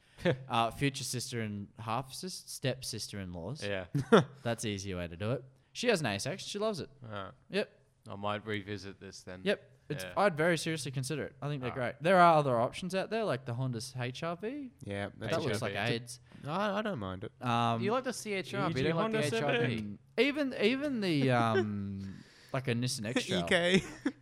S4: uh, future sister and half sister, step sister in laws.
S5: Yeah.
S4: That's the easy way to do it. She has an ASX. She loves it.
S5: Alright.
S4: Yep.
S5: I might revisit this then.
S4: Yep. It's,
S5: Yeah. Ah.
S4: I'd very seriously consider it. I think they're great. There are other options out there, like the Honda's HRV.
S2: Yeah,
S4: But
S2: that's
S4: that looks
S5: HRV.
S4: like AIDS.
S2: I, I don't mind it.
S4: Um,
S5: you like the CHR, but you
S3: EG
S5: don't like the
S3: Honda Civic.
S5: HRV.
S4: mm, even even the um, like a Nissan X-Trail
S2: EK.
S3: Uh,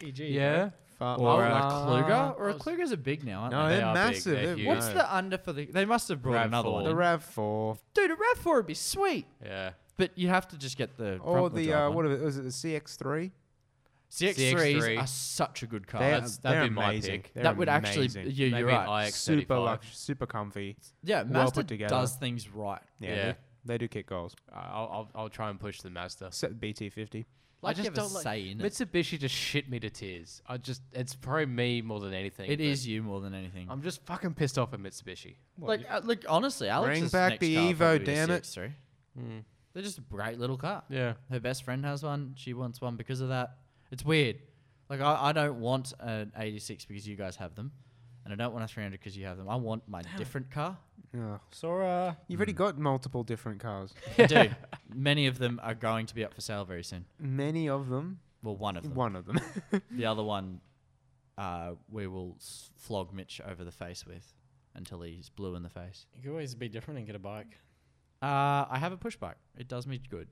S3: EG. right?
S5: Yeah.
S4: E or uh,
S5: Oh,
S4: a
S5: nah.
S2: Ah.
S4: Kluger or a
S5: I was-
S4: Kluger's a big now, aren't
S2: No,
S4: they?
S5: They
S2: they're
S5: are big,
S2: massive.
S5: they're
S2: They're
S5: huge.
S4: What's
S2: huge.
S4: the under for the? They must have brought
S5: Rav
S4: another
S5: four.
S4: one.
S2: The Rav4
S4: Dude, a Rav Four would be sweet,
S5: Yeah.
S4: but you have to just get the
S2: or
S4: front-wheel
S2: the
S4: drive
S2: uh,
S4: one.
S2: what is it? Was it the CX3?
S4: CX3s
S5: CX-3.
S4: are such a good car.
S2: They are-
S5: That's-
S4: That's-
S5: that'd
S2: they're
S5: be my
S2: amazing.
S5: pick.
S2: They're
S4: that would actually,
S2: amazing.
S4: yeah, you're
S5: Maybe
S4: right.
S5: an IX35.
S2: super lux, super comfy.
S4: yeah,
S2: well
S4: Mazda
S2: put together.
S4: does things right.
S2: Yeah,
S5: Yeah.
S2: They, they do kick goals.
S5: I- I'll, I'll I'll try and push the Mazda.
S2: Except BT50.
S4: Like,
S5: I just
S4: you have a
S5: don't like
S4: say in it.
S5: Mitsubishi. Just shit me to tears. I just it's probably me more than anything.
S4: It
S5: but
S4: is you more than anything.
S5: I'm just fucking pissed off at Mitsubishi.
S4: like, uh, look, honestly, Alex
S2: Bring back the Evo, damn it. Hmm.
S4: it. They're just a great little car.
S5: Yeah.
S4: Her best friend has one. She wants one because of that. It's weird. Like I, I don't want an 86 because you guys have them, and I don't want a 300 because you have them. I want my different car.
S2: Ugh.
S3: Sora.
S2: You've already got multiple different cars.
S4: I do. Many of them are going to be up for sale very soon.
S2: Many of them.
S4: Well, one of them.
S2: One of them.
S4: The other one, uh, we will s- flog Mitch over the face with until he's blue in the face.
S3: You could always be different and get a bike.
S4: Uh, I have a push bike. It does me good.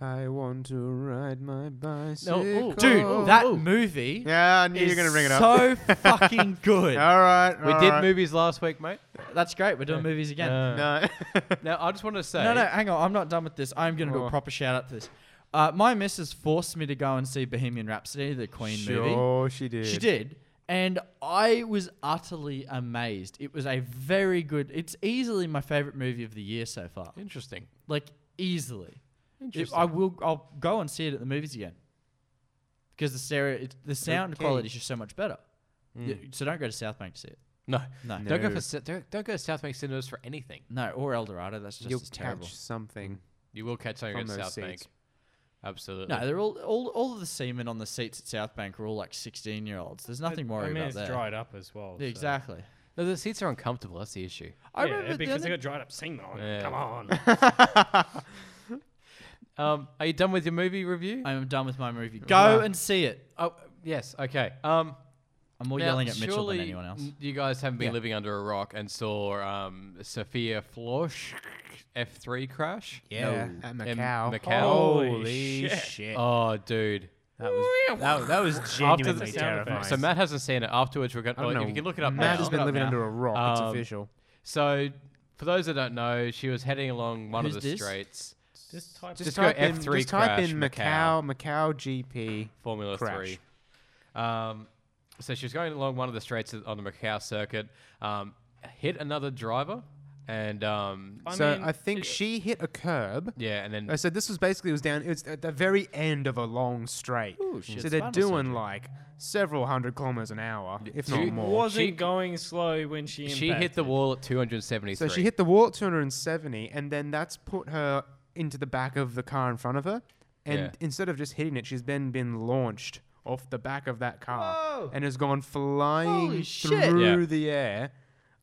S2: I want to ride my bicycle.
S5: ooh.
S4: Dude,
S5: Oh,
S4: that
S5: oh.
S4: movie
S2: Yeah, I knew you
S4: is
S2: were going to bring it up.
S4: so fucking good.
S2: all right.
S5: We
S2: all
S5: did
S2: right.
S5: movies last week, mate.
S4: That's great. We're doing movies again.
S2: No.
S5: Now I just want to say.
S4: No, no, hang on. I'm not done with this. I'm going to do a
S2: Oh.
S4: proper shout out to this. Uh, my missus forced me to go and see Bohemian Rhapsody, the Queen movie.
S2: sure, she did.
S4: She did. And I was utterly amazed. It was a very good, it's easily my favorite movie of the year so far.
S5: Interesting.
S4: Like, easily. If
S5: Interesting.
S4: I will, I'll go and see it at the movies again. Because the stereo, it's, the sound
S2: Okay.
S4: quality is just so much better. Y- So don't go to South Bank to see it.
S5: no.
S4: No.
S5: Don't go
S2: No.
S5: for Sa- don't, don't go to South Bank Cinemas for anything.
S4: No, or El Dorado. That's just
S2: You'll
S4: as
S2: catch
S4: terrible.
S2: something.
S5: You will catch something
S2: From
S5: at
S2: those
S5: South
S2: seats.
S5: Bank. Absolutely.
S4: No, they're all, all all of the seamen on the seats at South Bank are all like sixteen year olds. There's nothing
S3: I
S4: worrying
S3: mean,
S4: about
S3: it's
S4: that.
S3: dried up as well.
S4: Yeah,
S3: so-
S4: exactly.
S5: No, the seats are uncomfortable. That's the issue.
S4: I
S3: yeah,
S4: remember the
S3: because
S4: only,
S3: they got dried up semen on. it.
S5: Yeah.
S3: Come on.
S5: Um, are you done with your movie review?
S4: I'm done with my movie. Go and see it.
S5: oh, yes. Okay. Um,
S4: I'm more
S5: now,
S4: yelling at Mitchell than
S5: surely
S4: anyone else.
S5: n- You guys haven't been
S4: Yeah.
S5: living under a rock and saw um, Sophia Flosch F3 crash.
S2: Yeah.
S4: No.
S2: At
S5: In
S2: Macau.
S5: Macau.
S3: Holy shit.
S5: Oh, dude.
S2: That was, that, that was
S5: After
S2: genuinely
S5: the-
S2: terrifying.
S5: So Matt hasn't seen it. Afterwards, we're going.
S2: I don't
S5: to
S2: know.
S5: If you can look it up
S2: Matt
S5: now.
S2: has been living
S4: now.
S2: under a rock. it's
S5: Um,
S2: official.
S5: So, for those that don't know, she was heading along one
S4: Who's
S5: of the
S4: this?
S5: streets.
S3: Just type
S5: Just
S3: just
S5: go
S2: type in-
S5: F3
S2: Just type
S5: crash
S2: in
S5: Macau.
S2: Macau, Macau GP.
S5: Formula
S2: Crash.
S5: Three. Um, so she was going along one of the straights on the Macau circuit, um, hit another driver, and um,
S3: I
S2: so
S3: mean,
S2: I think
S3: it-
S2: she hit a curb.
S5: yeah, and then
S2: I said this was basically it was down. It was at the very end of a long straight.
S4: Ooh, she had
S2: so they're
S4: spinal
S2: doing
S4: surgery.
S2: like several hundred kilometers an hour, if
S5: She-
S2: not more.
S3: wasn't
S5: she-
S3: going slow when she
S5: she hit the
S3: impacted.
S5: wall at 273.
S2: So she hit the wall at 270, and then that's put her into the back of the car in front of her. And
S5: Yeah.
S2: instead of just hitting it, she's then been launched off the back of that car
S4: Whoa.
S2: and has gone flying
S4: Holy shit.
S2: through
S5: Yeah.
S2: the air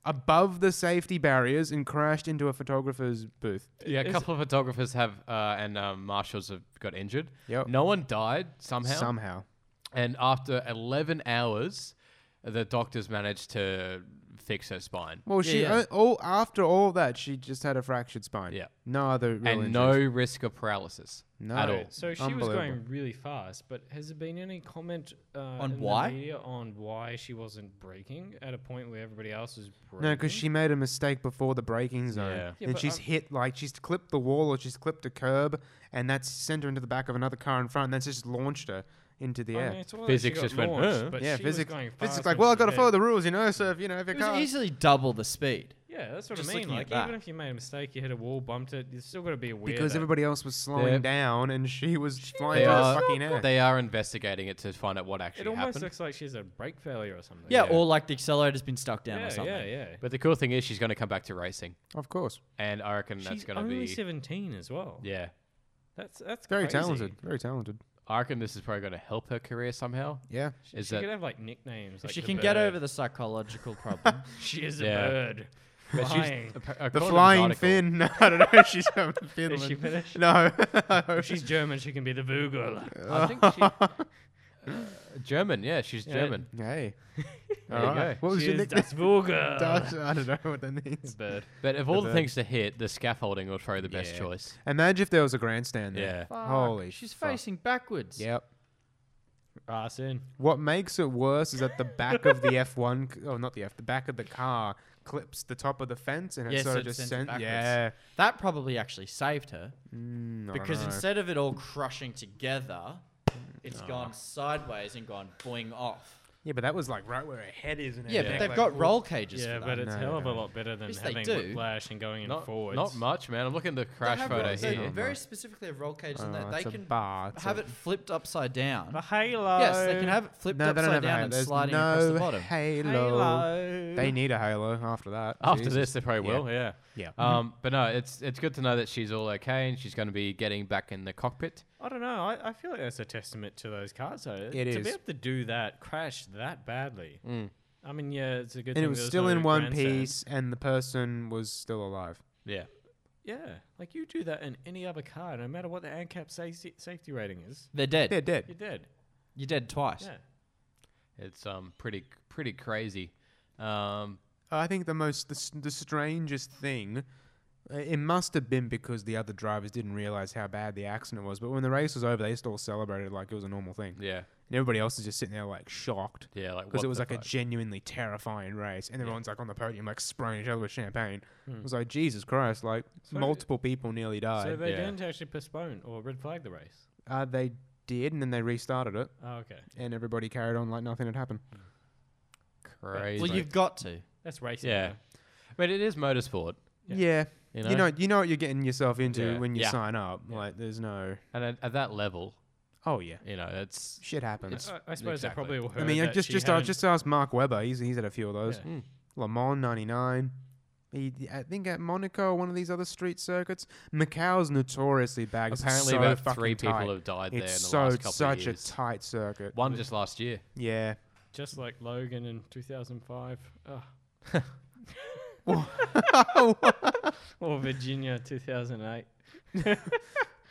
S2: above the safety barriers and crashed into a photographer's booth.
S5: yeah, a
S3: is-
S5: couple of photographers have uh, and um, marshals have got injured.
S2: Yep.
S5: No one died somehow.
S2: Somehow.
S5: And after 11 hours, the doctors managed to fix her spine.
S2: Well, she
S4: yeah.
S2: o- all after all that, she just had a fractured spine.
S5: Yeah.
S2: No other real
S5: and no
S2: injuries.
S5: risk of paralysis
S2: no
S5: at all.
S3: So she was going
S2: Unbelievable.
S3: really fast, but has there been any comment uh, in
S4: why?
S3: the media on why she wasn't braking at a point where everybody else was braking?
S2: No, because she made a mistake before the braking zone,
S5: Yeah.
S3: Yeah,
S2: and
S3: but um,
S2: she's
S3: I'm-
S2: hit like she's clipped the wall or she's clipped a curb, and that's sent her into the back of another car in front, and that's just launched her into the
S3: I
S2: air.
S3: mean, it's all right,
S5: Physics
S3: she got
S5: just went,
S3: launched,
S5: huh?
S3: but
S2: yeah,
S3: she
S2: physics.
S3: Was going fast when
S2: physics, like, well, I
S3: she
S2: got to
S3: hit.
S2: follow the rules, you know. So if you know, if your
S4: It was
S2: car,
S4: easily double the speed.
S3: Yeah, that's what
S4: Just
S3: I mean.
S4: looking at
S3: Like,
S4: that.
S3: even if you made a mistake, you hit a wall, bumped it, it's still got to be aware.
S2: because
S3: that-
S2: everybody else was slowing
S5: They're-
S2: down, and she was flying
S5: They
S2: through the
S5: are,
S2: fucking air.
S5: they are investigating it to find out what
S3: It
S5: actually
S3: almost
S5: happened.
S3: looks like she's a brake failure or something.
S4: Yeah,
S5: Yeah.
S4: or like the accelerator's been stuck down
S3: yeah,
S4: or something.
S3: yeah, yeah.
S5: But the cool thing is, she's going to come back to racing,
S2: of course,
S5: and I reckon that's
S3: She's
S5: going to
S3: only
S5: be
S3: 17 as well.
S5: yeah.
S3: That's that's
S2: very
S3: crazy.
S2: talented, very talented.
S5: I reckon this is probably going to help her career somehow.
S2: Yeah,
S3: She,
S5: Is
S3: she
S5: that-
S3: could have like nicknames.
S4: If
S3: Like
S4: she
S3: the
S4: can get
S3: bird.
S4: over the psychological problem,
S3: She is a
S5: Yeah.
S3: bird.
S5: But she's-
S3: Flying.
S5: appa- according to
S2: the
S5: this
S2: flying
S5: article-
S2: fin. No, I don't know if she's from Finland.
S3: Is she finished?
S2: No.
S3: If she's German, she can be the Vogel.
S5: I think she. German, yeah, she's
S3: Yeah.
S5: German.
S2: Hey.
S5: There
S2: All
S5: you
S2: right.
S5: go.
S2: What was your
S3: Cheers,
S2: nickname?
S3: Das Burger.
S2: Dash- I don't know what that means.
S3: Bird.
S5: But of all
S2: But,
S5: the
S2: uh,
S5: things to hit, the scaffolding was probably the best
S3: Yeah.
S5: choice.
S2: Imagine if there was a grandstand there.
S5: Yeah.
S4: Fuck,
S2: Holy
S4: She's
S2: fuck.
S4: facing backwards.
S2: Yep.
S3: Ass in.
S2: What makes it worse is that the back of the F1, c- oh, not the F, the back of the car clips the top of the fence and it
S4: Yeah,
S2: sort
S4: so
S2: of
S4: it
S2: just
S4: sends it
S2: sent.
S4: backwards.
S2: Yeah.
S4: That probably actually saved her
S2: Mm, I don't
S4: because
S2: know.
S4: instead of it all crushing together, it's gone sideways and gone boing off.
S2: Yeah, but that was like right where her head is. And
S3: Yeah.
S4: Yeah, but
S3: they've
S4: they've got roll cages
S3: Yeah,
S4: for
S3: but
S4: that.
S3: it's
S2: No,
S3: hell
S2: they
S3: of a
S2: don't.
S3: lot better than
S4: Yes, they
S3: having
S4: do.
S3: whiplash and going
S5: Not,
S3: forwards.
S5: not much, man. I'm looking at the crash
S4: have
S5: photo
S4: roll- they
S5: here.
S4: very specifically have roll cages on
S2: Oh,
S4: there. They
S2: it's a
S4: can
S2: bar, it's
S4: have
S2: a-
S4: it flipped upside down.
S3: The halo.
S4: Yes, they can have it flipped
S2: No, they don't
S4: upside
S2: have a
S4: down
S2: halo.
S4: and
S2: There's
S4: sliding
S2: no
S4: across the bottom.
S2: Halo.
S3: halo.
S2: They need a halo after that.
S5: After
S2: Jesus.
S5: this, they probably
S2: Yeah.
S5: will. Yeah.
S2: Yeah.
S5: Um, but no, it's it's good to know that she's all okay and she's going to be getting back in the cockpit.
S3: I don't know. I, I feel like that's a testament to those cars, though.
S2: It
S3: to
S2: is. Mm.
S3: be able to do that, crash that badly. I mean, yeah, it's a good.
S2: and
S3: thing
S2: it was
S3: there
S2: still
S3: no
S2: in one
S3: grandstand.
S2: piece, and the person was still alive.
S5: Yeah.
S3: Yeah, like you do that in any other car, no matter what the ANCAP safety, safety rating is,
S4: They're dead.
S2: They're dead.
S3: you're dead.
S4: You're dead twice.
S3: Yeah.
S5: It's um pretty pretty crazy. Um,
S2: I think the most the, s- the strangest thing. uh, It must have been because the other drivers didn't realize how bad the accident was. But when the race was over, they just all celebrated like it was a normal thing,
S5: yeah.
S2: and everybody else is just sitting there like shocked
S5: Yeah. Like
S2: because
S5: what
S2: it was
S5: the
S2: like a
S5: fuck?
S2: genuinely terrifying race, and everyone's like on the podium like spraying each other with champagne.
S5: Hmm.
S2: It was like Jesus Christ! Like
S3: So-
S2: multiple people nearly
S3: So
S2: died.
S3: they
S5: yeah.
S3: didn't actually postpone or red flag the race.
S2: uh, they did, and then they restarted it,
S3: Oh, okay.
S2: and everybody carried on like nothing had happened.
S5: crazy.
S4: Well, you've got to.
S3: That's racing.
S5: yeah.
S3: though.
S5: But it is motorsport.
S3: Yeah.
S5: You know.
S2: Yeah, you know, you know what you're getting yourself into
S5: Yeah.
S2: when you
S5: Yeah.
S2: sign up. Like, there's no.
S5: and at, at that level,
S2: Oh yeah,
S5: you know, it's
S2: shit happens.
S3: I, I suppose
S5: Exactly.
S3: they probably were.
S2: I mean,
S3: that
S2: just
S3: she
S2: just uh,
S3: hadn't-
S2: just ask Mark Webber. He's he's had a few of those.
S3: Yeah.
S5: Mm.
S2: Le Mans '99. He, I think at Monaco or one of these other street circuits, Macau's notoriously bags. It's
S5: apparently
S2: so
S5: about
S2: fucking
S5: three people
S2: tight.
S5: have died there in the
S2: It's so
S5: last couple
S2: such
S5: of
S2: a
S5: years.
S2: tight circuit.
S5: One just last year.
S2: Yeah,
S3: just like Logan in 2005. Ugh.
S2: Oh,
S3: or Virginia 2008.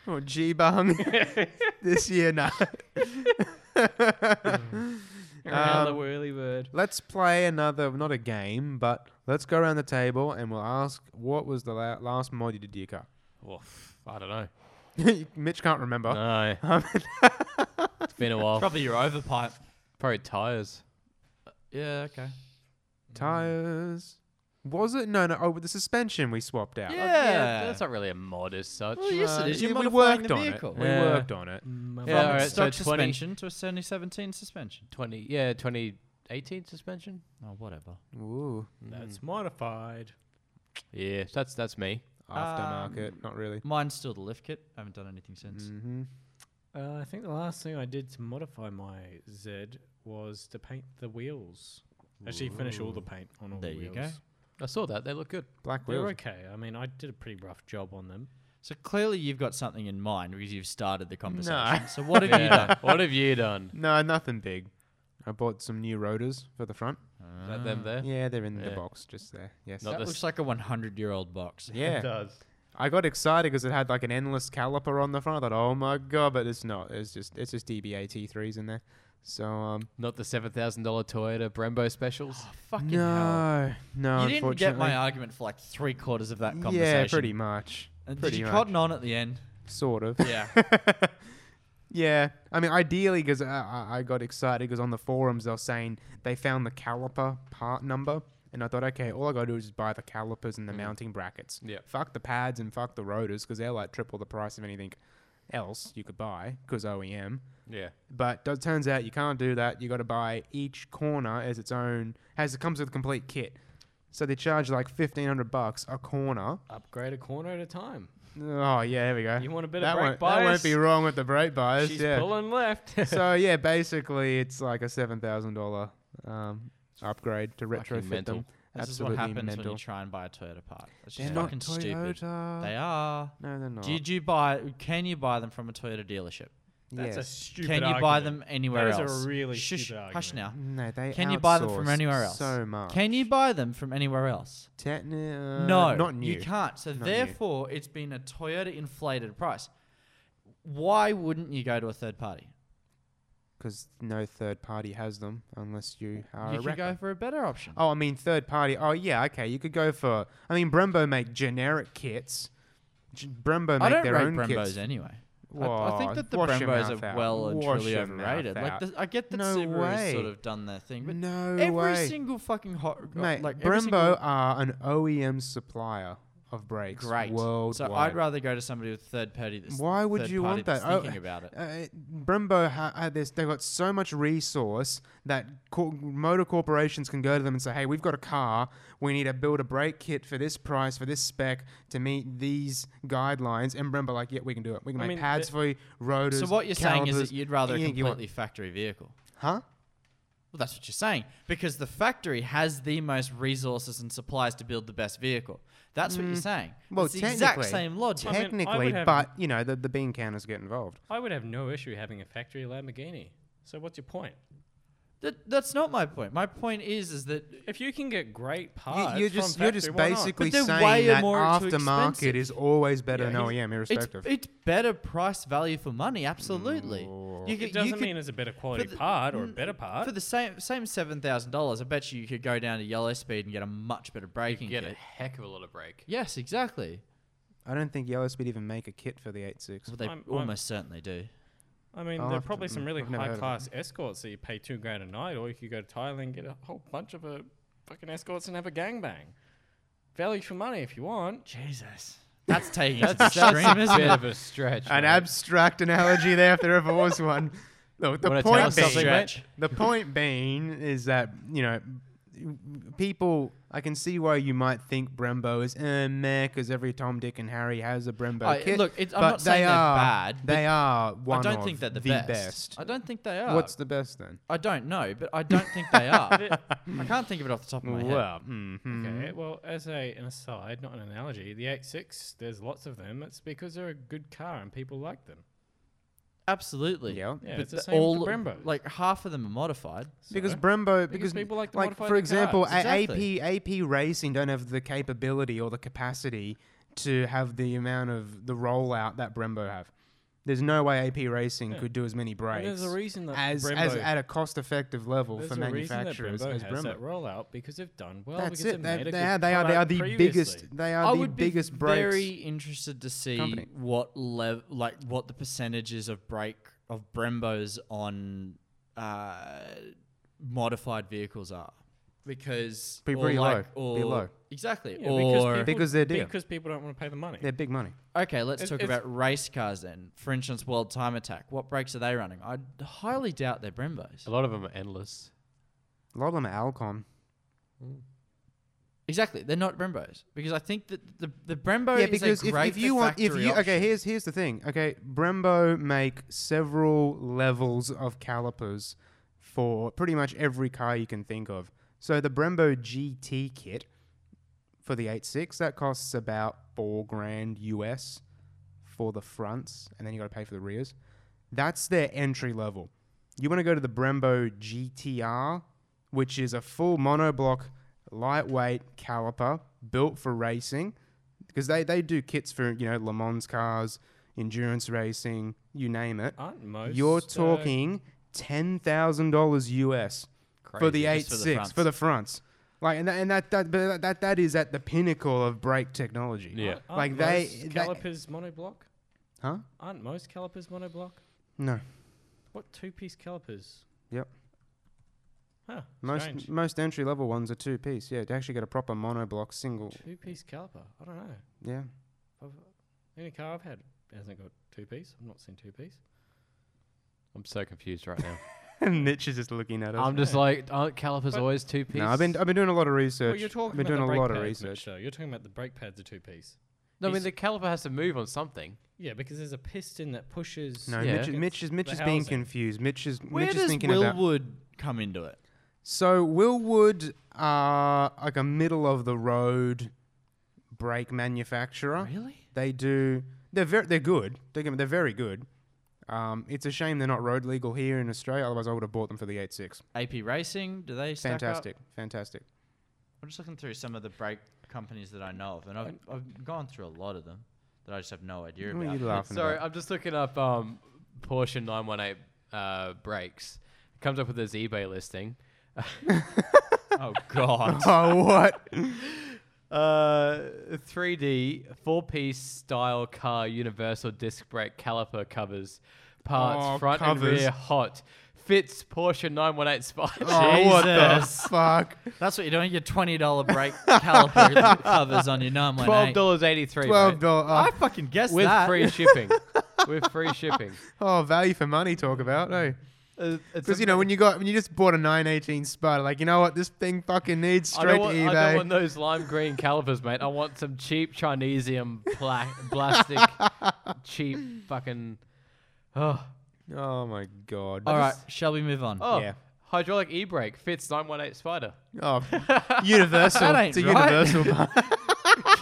S2: or G Bung oh, this year. No, Um,
S3: Another whirly bird.
S2: let's play another not a game, but let's go around the table and we'll ask what was the la- last mod you did to your car.
S5: Oof, I don't know.
S2: Mitch can't remember.
S5: No. it's been a while.
S4: Probably your overpipe.
S5: Probably tires.
S4: Yeah, okay.
S2: Tires. Was it? No, no. Oh, with the suspension we swapped out.
S4: Yeah.
S5: That's not really a mod as such.
S4: Well, yes,
S2: Uh,
S4: it is.
S2: yeah,
S4: You're
S2: we
S4: modifying
S2: worked
S4: the
S2: on
S4: vehicle.
S2: it. We
S5: Yeah.
S2: worked on it.
S3: Mm,
S5: Yeah,
S4: From
S5: all
S4: a
S5: right, so 20
S4: stock suspension to a 2017 suspension.
S5: 20 yeah 2018 suspension
S4: Oh, whatever.
S2: Ooh.
S3: That's modified.
S5: yeah so that's that's me
S4: Um,
S2: Aftermarket. not really.
S4: Mine's still the lift kit. I haven't done anything since.
S2: Mm-hmm.
S3: Uh, I think the last thing I did to modify my Z was to paint the wheels. Actually, finish all the paint on all
S4: There
S3: the
S4: you
S3: wheels.
S4: go.
S5: i saw that they look good
S2: Black
S3: They were
S2: wheels.
S3: okay. I mean, I did a pretty rough job on them.
S4: So clearly you've got something in mind because you've started the conversation. So what have you
S5: Yeah.
S4: done?
S5: what have you done
S2: No, nothing big. I bought some new rotors for the front.
S5: is that them there
S2: Yeah, they're in the
S5: Yeah.
S2: box just there. Yes.
S5: Not
S4: That
S5: this-
S4: looks like a 100 year old box.
S2: yeah.
S3: does.
S2: I got excited because it had like an endless caliper on the front. I thought, oh my god, but it's not. It's just it's just DBA T3s in there. So um,
S5: not the seven thousand dollar toyota brembo specials
S4: Fucking
S2: no,
S4: hell.
S2: no,
S4: You didn't get my
S2: unfortunately.
S4: argument for like three quarters of that conversation.
S2: Yeah, pretty much,
S4: And
S2: pretty
S4: did you
S2: much.
S4: cotton on at the end?
S2: sort of.
S4: Yeah.
S2: Yeah, I mean, ideally, because I, I, I got excited because on the forums they were saying they found the caliper part number, and I thought, okay, all I gotta do is just buy the calipers and the mounting brackets.
S5: Yeah.
S2: Fuck the pads and fuck the rotors because they're like triple the price of anything else you could buy because OEM.
S5: yeah
S2: But it turns out you can't do that. You got to buy each corner as its own. Has it comes with a complete kit. So they charge like fifteen hundred bucks a corner.
S3: Upgrade a corner at a time.
S2: Oh yeah, there we go.
S3: You want a bit of
S2: that
S3: brake
S2: won't, That won't
S3: bias?
S2: be wrong with the brake bias.
S3: She's
S2: yeah.
S3: pulling left.
S2: so yeah, basically it's like a seven thousand dollar um upgrade to
S5: fucking
S2: retrofit
S5: mental.
S2: them.
S4: This
S2: Absolutely
S4: is what happens
S2: mental.
S4: when you try and buy a Toyota part. It's just
S2: They're not
S4: fucking stupid.
S2: Toyota. Oh.
S4: They are.
S2: No, they're not.
S4: Did you buy? Can you buy them from a Toyota dealership?
S3: That's a
S2: yes.
S3: stupid
S4: can you buy
S3: argument.
S4: them anywhere
S3: That is a
S4: else?
S3: really
S4: Shush,
S3: stupid
S4: Hush now.
S2: no, they
S4: Can you buy them from
S2: outsource
S4: anywhere else?
S2: So much.
S4: Can you buy them from anywhere else?
S2: Techni- uh,
S4: no,
S2: not new.
S4: You can't. So
S2: Not new.
S4: therefore, it's been a Toyota inflated price. Why wouldn't you go to a third party?
S2: because no third party has them unless you are
S4: you
S2: a
S4: could
S2: wrecker.
S4: go for a better option.
S2: Oh, I mean third party. Oh yeah, okay. You could go for. I mean Brembo make generic kits. G- Brembo make
S4: I don't
S2: their
S4: rate
S2: own
S4: Brembos
S2: kits.
S4: anyway. I, I think
S2: Whoa,
S4: that the
S2: wash your
S4: Brembos
S2: mouth
S4: are
S2: out.
S4: well and
S2: Wash
S4: truly
S2: your mouth
S4: overrated. Like
S2: out.
S4: the, I get that
S2: No
S4: Subaru's sort
S2: way.
S4: of done their thing, but
S2: no
S4: every
S2: way.
S4: single fucking hot uh,
S2: Mate,
S4: like every
S2: Brembo
S4: single-
S2: are an OEM supplier of brakes
S4: great.
S2: worldwide.
S4: So I'd rather go to somebody with third party. That's
S2: Why would
S4: third
S2: you
S4: party
S2: want that?
S4: that's
S2: Oh,
S4: Thinking about it.
S2: Uh, Brembo ha- had this. They got so much resource that co- motor corporations can go to them and say, "Hey, we've got a car. We need to build a brake kit for this price, for this spec, to meet these guidelines." And Brembo, like, "Yeah, we can do it. We can
S3: I
S2: make
S3: mean,
S2: pads
S3: the-
S2: for you, rotors."
S4: So what you're saying is
S2: calipers,
S4: that you'd rather a
S2: anything you want.
S4: completely factory vehicle.
S2: huh?
S4: Well, that's what you're saying because the factory has the most resources and supplies to build the best vehicle. That's what you're saying.
S2: Well,
S4: it's the exact
S2: technically-
S4: same logic.
S3: mean, I would
S2: Technically,
S3: have-
S2: but you know, the the bean counters get involved.
S3: I would have no issue having a factory Lamborghini. So what's your point?
S4: That, that's not my point. My point is, is that
S3: If you can get great
S2: You-
S4: Ah,
S3: parts,
S2: you're just
S3: from
S2: you're just
S3: factory, why not?
S2: basically
S4: But they're
S2: saying
S4: way
S2: that
S4: more too
S2: aftermarket
S4: expensive.
S2: is always better
S3: Yeah,
S2: than
S3: he's-
S2: OEM,
S4: it's,
S2: irrespective.
S4: it's better price value for money. Absolutely. You could-
S3: It
S4: you
S3: doesn't
S4: could-
S3: mean it's a better quality
S4: the-
S3: part or a
S4: n-
S3: better part.
S4: for the same same seven thousand dollars, I bet you you could go down to Yellow Speed and get a much better braking
S5: Get a
S4: kit.
S5: heck of a lot of break.
S4: Yes, exactly.
S2: I don't think Yellow Speed even make a kit for the 86.
S4: Well, they
S3: I'm- I'm-
S4: almost certainly do.
S3: I mean,
S2: I'll
S3: there are
S2: have to-
S3: probably some
S2: mm,
S3: really
S2: I've never
S3: high
S2: heard of
S3: class escorts that you pay two grand a night, or you could go to Thailand and get a whole bunch of a fucking escorts and have a gangbang. Value for money if you want.
S4: Jesus, that's taking it to the extreme,
S5: That's a
S4: isn't
S5: bit
S4: it?
S5: of a stretch.
S2: An
S5: mate.
S2: abstract analogy there, if there ever was one. Look, the
S5: Wanna tell
S2: point
S5: us something,
S2: being,
S5: mate?
S2: the point being is that you know, people. I can see why you might think Brembo is eh, meh because every Tom, Dick, and Harry has a Brembo
S4: I-
S2: kit.
S4: look, it- I'm
S2: but
S4: not saying
S2: they
S4: they're
S2: are,
S4: bad, but
S2: They are one
S4: I don't
S2: of
S4: think they're the,
S2: best.
S4: best. I don't think they are.
S2: What's the best then?
S4: I don't know, but I don't think they are. I can't think of it off the top of my head.
S2: Well,
S4: mm-hmm.
S2: mhm.
S3: Okay, well, as a, an aside, not an analogy, the 86, there's lots of them. It's because they're a good car and people like them.
S4: Absolutely.
S2: Yeah.
S3: Yeah,
S4: But
S3: it's the
S4: the-
S3: same with
S4: all
S3: the Brembo.
S4: like half of them are modified.
S2: Because
S3: So-
S2: Brembo, because,
S3: Because people like to modify
S2: for
S3: their
S2: example,
S3: cars,
S2: a-
S4: exactly.
S2: AP AP Racing don't have the capability or the capacity to have the amount of the rollout that Brembo have. There's no way AP Racing
S3: Yeah.
S2: could do as many
S3: And
S2: brakes
S3: there's a reason that
S2: as,
S3: Brembo,
S2: as at a cost-effective level
S3: there's
S2: for
S3: a reason that
S2: manufacturers
S3: Brembo
S2: as
S3: has that
S2: Brembo.
S3: rollout because they've done well.
S2: That's
S3: because
S2: it.
S3: They've
S2: They,
S3: made a
S2: they
S3: good
S2: are, they are they are
S3: product
S2: the
S3: previously.
S2: biggest they are
S4: I
S2: the
S4: would
S2: biggest
S4: be
S2: brakes.
S4: very interested to see
S2: company.
S4: what level, like what the percentages of brake of Brembo's on uh, modified vehicles are, because
S2: Be
S4: or
S2: pretty
S4: like,
S2: low. Be
S4: or-
S2: low.
S4: Exactly.
S3: Yeah,
S4: or
S3: because, people,
S2: Because they're dear.
S3: because people don't want to pay the money.
S2: They're big money.
S4: okay, let's
S3: It's-
S4: talk
S3: it's-
S4: about race cars then. For instance, World Time Attack. What brakes are they running? I highly doubt they're Brembo's.
S5: A lot of them are endless.
S2: A lot of them are Alcon.
S4: Exactly, they're not Brembos because I think that the the Brembo
S2: yeah,
S4: is
S2: because
S4: a
S2: if,
S4: great
S2: if you want, if
S4: factory
S2: you okay,
S4: option.
S2: here's here's the thing. Okay, Brembo make several levels of calipers for pretty much every car you can think of. So the Brembo GT kit for the 86 that costs about four grand US for the fronts, and then you got to pay for the rears. That's their entry level. You want to go to the Brembo GTR, which is a full monoblock, lightweight caliper built for racing, because they, they do kits for you know Le Mans cars, endurance racing, you name it.
S3: Aren't most
S2: You're
S3: uh,
S2: talking ten thousand dollars US for the eight
S4: Just for the
S2: six
S4: fronts.
S2: for the fronts. Like and that and that, that but that that is at the pinnacle of brake technology.
S5: Yeah.
S3: aren't
S2: Like they,
S3: most
S2: they-
S3: calipers monoblock?
S2: huh?
S3: Aren't most calipers monoblock?
S2: No.
S3: What two piece calipers?
S2: Yep.
S3: Huh.
S2: Most
S3: strange.
S2: most entry level ones are two piece. Yeah, to actually get a proper monoblock single.
S3: Two piece caliper. I don't know.
S2: Yeah.
S3: I've, any car I've had hasn't got two piece. I've not seen two piece.
S5: I'm so confused right now.
S2: Mitch is just looking at
S5: I'm just like, aren't calipers
S3: But-
S5: always two piece?
S2: No, I've been I've been doing a lot of research.
S3: Well, you're talking
S2: I've been
S3: about the
S2: doing a
S3: brake
S2: lot of
S3: pads,
S2: research.
S3: Mitch, though. You're talking about the brake pads are two piece.
S5: No, I mean
S3: he's-
S5: the caliper has to move on something.
S3: Yeah, because there's a piston that pushes.
S2: No,
S5: Yeah.
S2: Mitch, Mitch is
S3: the
S2: Mitch is being
S3: housing.
S2: confused. Mitch is
S4: Where
S2: Mitch is
S4: does
S2: thinking about
S4: Willwood come into it?
S2: So Will Wood are like a middle of the road brake manufacturer.
S4: Really?
S2: They do. They're very. They're good. They're, they're very good. Um, it's a shame they're not road legal here in Australia. Otherwise, I would have bought them for the 86.
S4: AP Racing, do they stack up?
S2: Fantastic, fantastic.
S4: I'm just looking through some of the brake companies that I know of, and I've, I've gone through a lot of them that I just have no idea
S2: What are
S4: about.
S2: you laughing
S5: Sorry,
S2: about?
S5: I'm just looking up um, Porsche 918 uh, brakes. Comes up with his eBay listing.
S4: oh god.
S2: Oh, what?
S5: Uh, 3D four-piece style car, universal disc brake caliper covers, parts
S2: Oh,
S5: front and
S2: covers.
S5: rear hot. Fits Porsche 918 Spyder.
S2: Oh, what the
S4: Jesus.
S2: fuck?
S4: That's what you're doing. Your twenty dollar brake caliper covers on your nine
S5: Twelve
S4: one eight.
S5: dollars eighty-three.
S2: Twelve
S5: mate.
S2: dollars.
S4: I fucking guessed
S5: with
S4: that.
S5: free shipping. with free shipping.
S2: Oh, value for money talk about, eh? Because you
S5: am-
S2: know when you got when you just bought a 918 Sputter, like you know what this thing fucking needs
S5: I
S2: straight
S5: don't, want,
S2: to
S5: I don't want
S2: eBay.
S5: those lime green calipers, mate. I want some cheap Chinesium pla- plastic, cheap fucking. Oh,
S2: Oh my god!
S4: All right, shall we move on?
S5: oh
S2: Yeah.
S5: hydraulic e brake fits 918 Spider.
S2: Oh, universal.
S4: That ain't
S2: it's a
S4: right.
S2: universal. bar.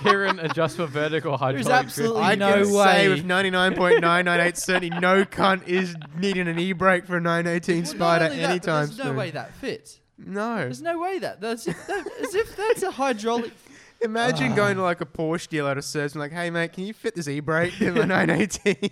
S5: Kieran adjustment vertical hydraulic. drift.
S4: absolutely-
S2: I
S4: No
S2: can say
S4: way.
S2: with 99.998 certainty, no cunt is needing an e-brake for a 918
S4: Well, not
S2: Spider
S4: only that, but
S2: anytime
S4: There's
S2: soon.
S4: no way that fits.
S2: No.
S4: There's no way that. That's if that, as if that's a hydraulic.
S2: Imagine going
S4: Ah.
S2: to like a Porsche dealer to search and like, hey mate, can you fit this e-brake in my 918?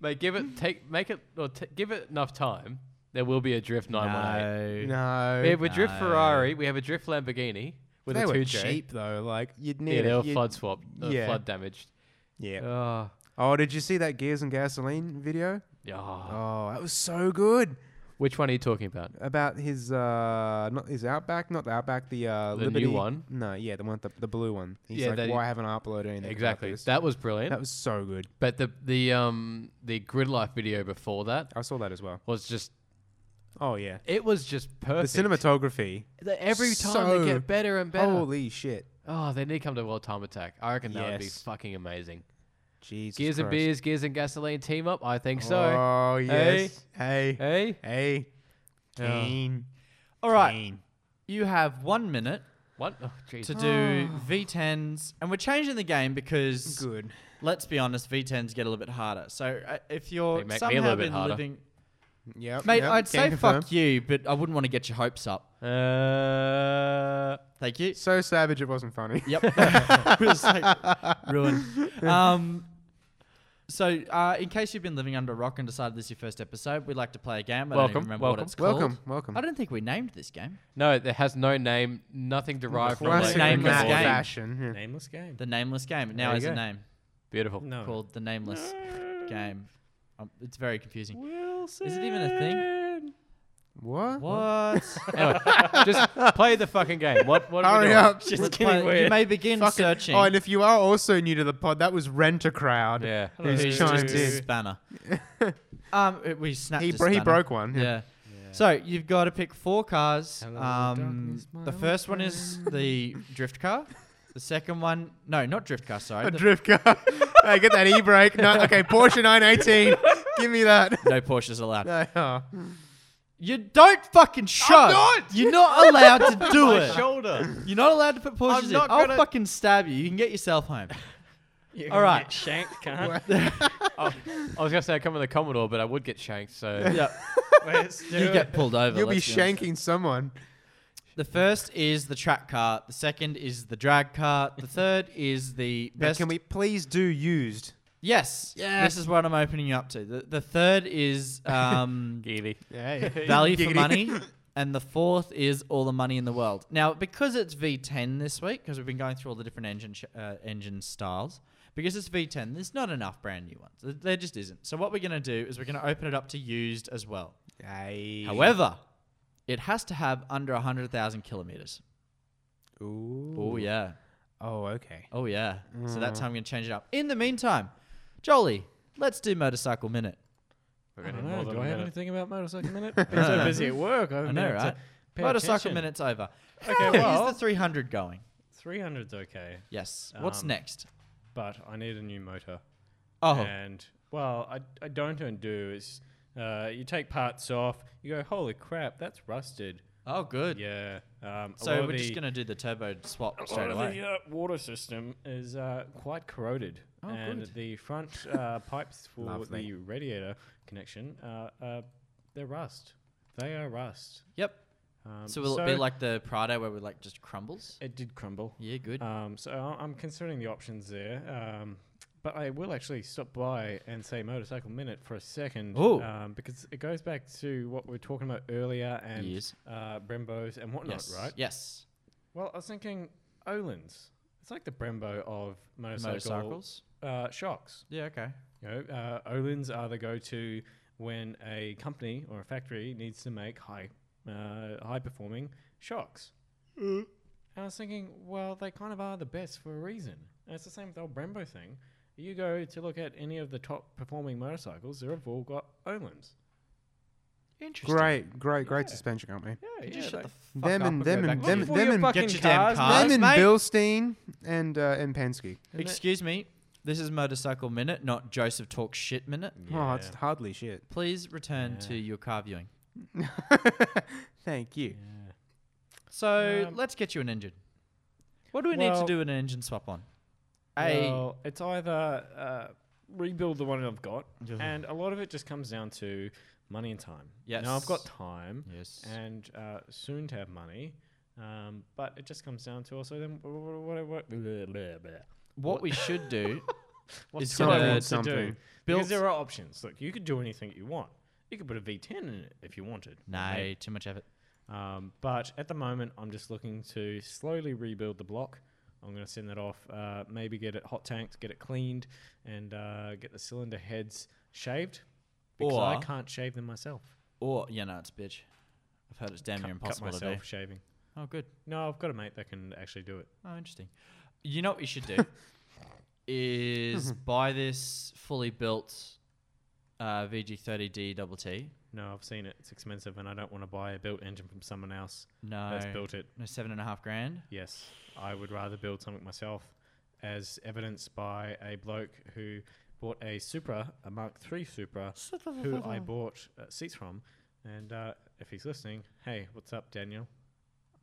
S5: Mate, give it take make it or t- give it enough time. There will be a drift 918.
S2: no.
S5: We have a drift
S4: No.
S5: Ferrari. We have a drift Lamborghini with
S2: they
S5: a
S2: were
S5: two
S2: cheap though. Like you'd need
S5: Yeah, they
S2: it.
S5: were
S2: You'd-
S5: flood swap, uh,
S2: yeah.
S5: flood damaged.
S2: Yeah.
S5: Oh,
S2: Oh, did you see that Gears and Gasoline video?
S5: yeah.
S2: Oh, that was so good.
S5: Which one are you talking about?
S2: About his uh not his Outback, not the Outback, the uh
S5: The new
S2: Liberty
S5: one?
S2: No, yeah, the one with the, the blue one. He's
S5: Yeah,
S2: like,
S5: that-
S2: why haven't I uploaded anything? about
S5: Exactly.
S2: this?"
S5: That was brilliant.
S2: That was so good.
S5: But the the um the grid life video before that
S2: I saw that as well.
S5: was just
S2: Oh yeah.
S5: it was just
S2: The
S5: perfect.
S2: cinematography.
S5: The- every time
S2: so
S5: they get better and better.
S2: Holy shit.
S5: Oh, they need to come to World Time Attack. I reckon that would be
S2: Yes.
S5: fucking amazing.
S2: Jesus.
S5: gears and
S2: Christ.
S5: beers, gears and gasoline team up. I think so.
S2: Oh yes. Hey. Hey.
S5: Hey, Yeah.
S2: Keen.
S4: All right,
S2: Keen.
S4: you have one minute
S5: what? Oh, jeez.
S4: to do V10s, and we're changing the game because
S2: Good.
S4: let's be honest, V10s get a little bit harder. So uh, if you're
S5: They make me a
S4: somehow
S5: little bit
S4: been
S5: harder.
S4: living,
S2: Yep.
S4: mate,
S2: yep,
S4: I'd
S2: can
S4: say
S2: confirm.
S4: fuck you, but I wouldn't want to get your hopes up.
S5: Uh,
S4: Thank you.
S2: So savage it wasn't funny.
S4: Yep. It was like ruined. Um, so, uh, in case you've been living under a rock and decided this is your first episode, we'd like to play a game. I don't
S5: Welcome,
S4: even remember
S5: welcome,
S4: what it's called.
S2: Welcome, welcome.
S4: I don't think we named this game.
S5: no, it has no name. Nothing derived from like,
S2: Classic
S4: Name
S5: Rick and
S4: this
S2: Matt
S4: game.
S5: Morty.
S2: fashion. yeah.
S3: Nameless game.
S4: The Nameless Game. It now
S5: There you
S4: has a
S5: go.
S4: name
S5: Beautiful.
S3: no.
S4: called The Nameless Game. Um, it's very confusing.
S3: Wilson.
S4: Is it even a thing?
S2: What?
S4: What?
S5: Anyway, just play the fucking game. What? What? are we
S2: Hurry
S5: doing?
S2: up.
S4: Let's
S3: Just
S4: play-
S3: getting
S4: You
S3: weird.
S4: may begin
S2: Fucking-
S4: searching.
S2: Oh, and if you are also new to the pod, that was Rent a Crowd.
S5: Yeah.
S2: Who's
S4: He's
S2: chimed
S4: just a
S2: in.
S4: spanner. um, it- we snapped
S2: He,
S4: a
S2: bro- he
S4: spanner.
S2: broke one.
S4: Yeah. So you've got to pick four cars.
S5: Hello,
S4: Um,
S5: darkness, my
S4: the
S5: old
S4: first one is the drift car. The second one, no, not drift car. Sorry,
S2: A
S4: The-
S2: drift car. hey, get that e brake. No, okay, Porsche 918. Give me that.
S4: no Porsches allowed.
S2: No, oh.
S4: You don't fucking shove.
S5: not!
S4: You're not allowed to do it.
S5: Shoulder.
S4: You're not allowed to put Porsches in.
S5: not
S4: I'll
S5: gonna-
S4: fucking stab you. You can get yourself home.
S3: You're
S4: All
S3: gonna
S4: right.
S3: get Shanked, can't.
S5: I was gonna say I come with a Commodore, but I would get shanked. So
S4: yep.
S3: Let's do
S4: You
S3: it.
S4: get pulled over.
S2: You'll be
S4: let's honest.
S2: shanking someone.
S4: The first is the track car. The second is the drag car. The third is the
S2: Now,
S4: best
S2: can we please do used?
S4: Yes.
S2: Yes.
S4: This is what I'm opening you up to. The, the third is um,
S5: Geely.
S2: Yeah.
S4: value for
S2: Giggity.
S4: money, and the fourth is all the money in the world. Now, because it's V10 this week, because we've been going through all the different engine sh- uh, engine styles, because it's V10, there's not enough brand new ones. There- There just isn't. So what we're going to do is we're going to open it up to used as well.
S2: Aye.
S4: However, it has to have under 100,000 kilometers.
S2: Ooh.
S4: Oh yeah.
S2: Oh, okay.
S4: Oh yeah. So
S3: Mm.
S4: that's how I'm going to change it up. In the meantime, Jolie, let's do motorcycle minute.
S5: We're
S3: I
S5: gonna
S3: don't
S5: need
S3: know.
S5: more than
S3: Do
S5: a
S3: I have
S5: minute.
S3: anything about motorcycle minute? Been so busy at work. I've
S4: I know, right? Motorcycle minute's over.
S3: Okay,
S4: How
S3: well-
S4: is the 300 going?
S3: 300's okay,
S4: Yes. What's
S3: Um,
S4: next?
S3: but I need a new motor.
S4: Oh,
S3: And well, I, I don't undo. It's uh, you take parts off. You go, holy crap, that's rusted.
S4: oh, good.
S3: Yeah. Um, a lot
S4: So
S3: of
S4: we're
S3: the-
S4: just gonna do the turbo swap
S3: a lot
S4: straight
S3: of
S4: away.
S3: The uh, water system is uh, quite corroded,
S4: Oh,
S3: and
S4: good.
S3: the front uh, pipes for
S2: Lovely.
S3: the radiator connection uh, uh, they're rust. They are rust.
S4: Yep.
S3: Um,
S4: So will it be like the Prado where we like just crumbles?
S3: it did crumble.
S4: Yeah, good.
S3: Um, so I- I'm considering the options there. Um, But I will actually stop by and say motorcycle minute for a second,
S4: Ooh.
S3: um, because it goes back to what we were talking about earlier and
S4: Yes.
S3: uh, Brembo's and whatnot,
S4: yes.
S3: right?
S4: Yes.
S3: Well, I was thinking Olin's. It's like the Brembo of motorcycle
S4: Motorcycles.
S3: Uh, shocks.
S4: Yeah. Okay.
S3: You know, uh, Olin's are the go-to when a company or a factory needs to make high, uh, high-performing shocks. And I was thinking, well, they kind of are the best for a reason. And it's the same with the old Brembo thing. You go to look at any of the top-performing motorcycles, they've all got Olin's.
S4: Interesting.
S2: Great, great, great
S3: Yeah.
S2: suspension company.
S3: Yeah,
S4: Could
S3: yeah.
S4: you shut
S3: like-
S4: the fuck
S2: Them
S4: up
S2: and-
S4: and
S2: them
S4: go
S2: and-
S4: back
S2: them
S4: to
S2: and-
S4: it?
S3: them and-
S4: Get your
S3: fucking
S4: damn
S3: cars,
S4: cars,
S2: them and
S4: mate.
S2: Bilstein and uh, and Penske.
S3: Isn't it-
S4: Excuse me. This is motorcycle minute, not Joseph talk shit minute.
S2: Oh,
S3: Yeah.
S2: it's hardly shit.
S4: Please return to your car viewing.
S2: Thank you.
S3: Yeah.
S4: So
S3: Um,
S4: let's get you an engine. What do we need to
S3: Well-
S4: do an engine swap on? A
S3: Well, it's either uh, rebuild the one I've got, and a lot of it just comes down to money and time. Now I've got
S4: Yes.
S3: time,
S4: yes.
S3: and uh, soon to have money, um, but it just comes down to also then what, what, what, blah, blah, blah.
S4: What we should do
S3: what
S4: It's
S3: Sony
S4: gonna
S3: wants to
S2: something.
S3: do.
S4: Built-
S3: Because there are options. Look, you could do anything you want. You could put a V10 in it if you wanted.
S4: No, too much effort.
S3: Um, but at the moment, I'm just looking to slowly rebuild the block. I'm going to send that off, uh, maybe get it hot tanked, get it cleaned, and uh, get the cylinder heads shaved because I
S4: Or-
S3: can't shave them myself.
S4: Or yeah, no, it's a bitch. I've heard it's damn near
S3: Cut-
S4: impossible
S3: cut
S4: to do.
S3: myself shaving.
S4: Oh, good.
S3: No, I've got a mate that can actually do it.
S4: Oh, interesting. You know what you should do is buy this fully built uh, VG30D double T.
S3: No, I've seen it. It's expensive, and I don't want to buy a built engine from someone else
S4: No,
S3: that's built it.
S4: no, seven and a half grand.
S3: Yes, I would rather build something myself, as evidenced by a bloke who bought a Supra, a Mark III Supra, who I bought uh, seats from. And uh, if he's listening, hey, what's up, Daniel?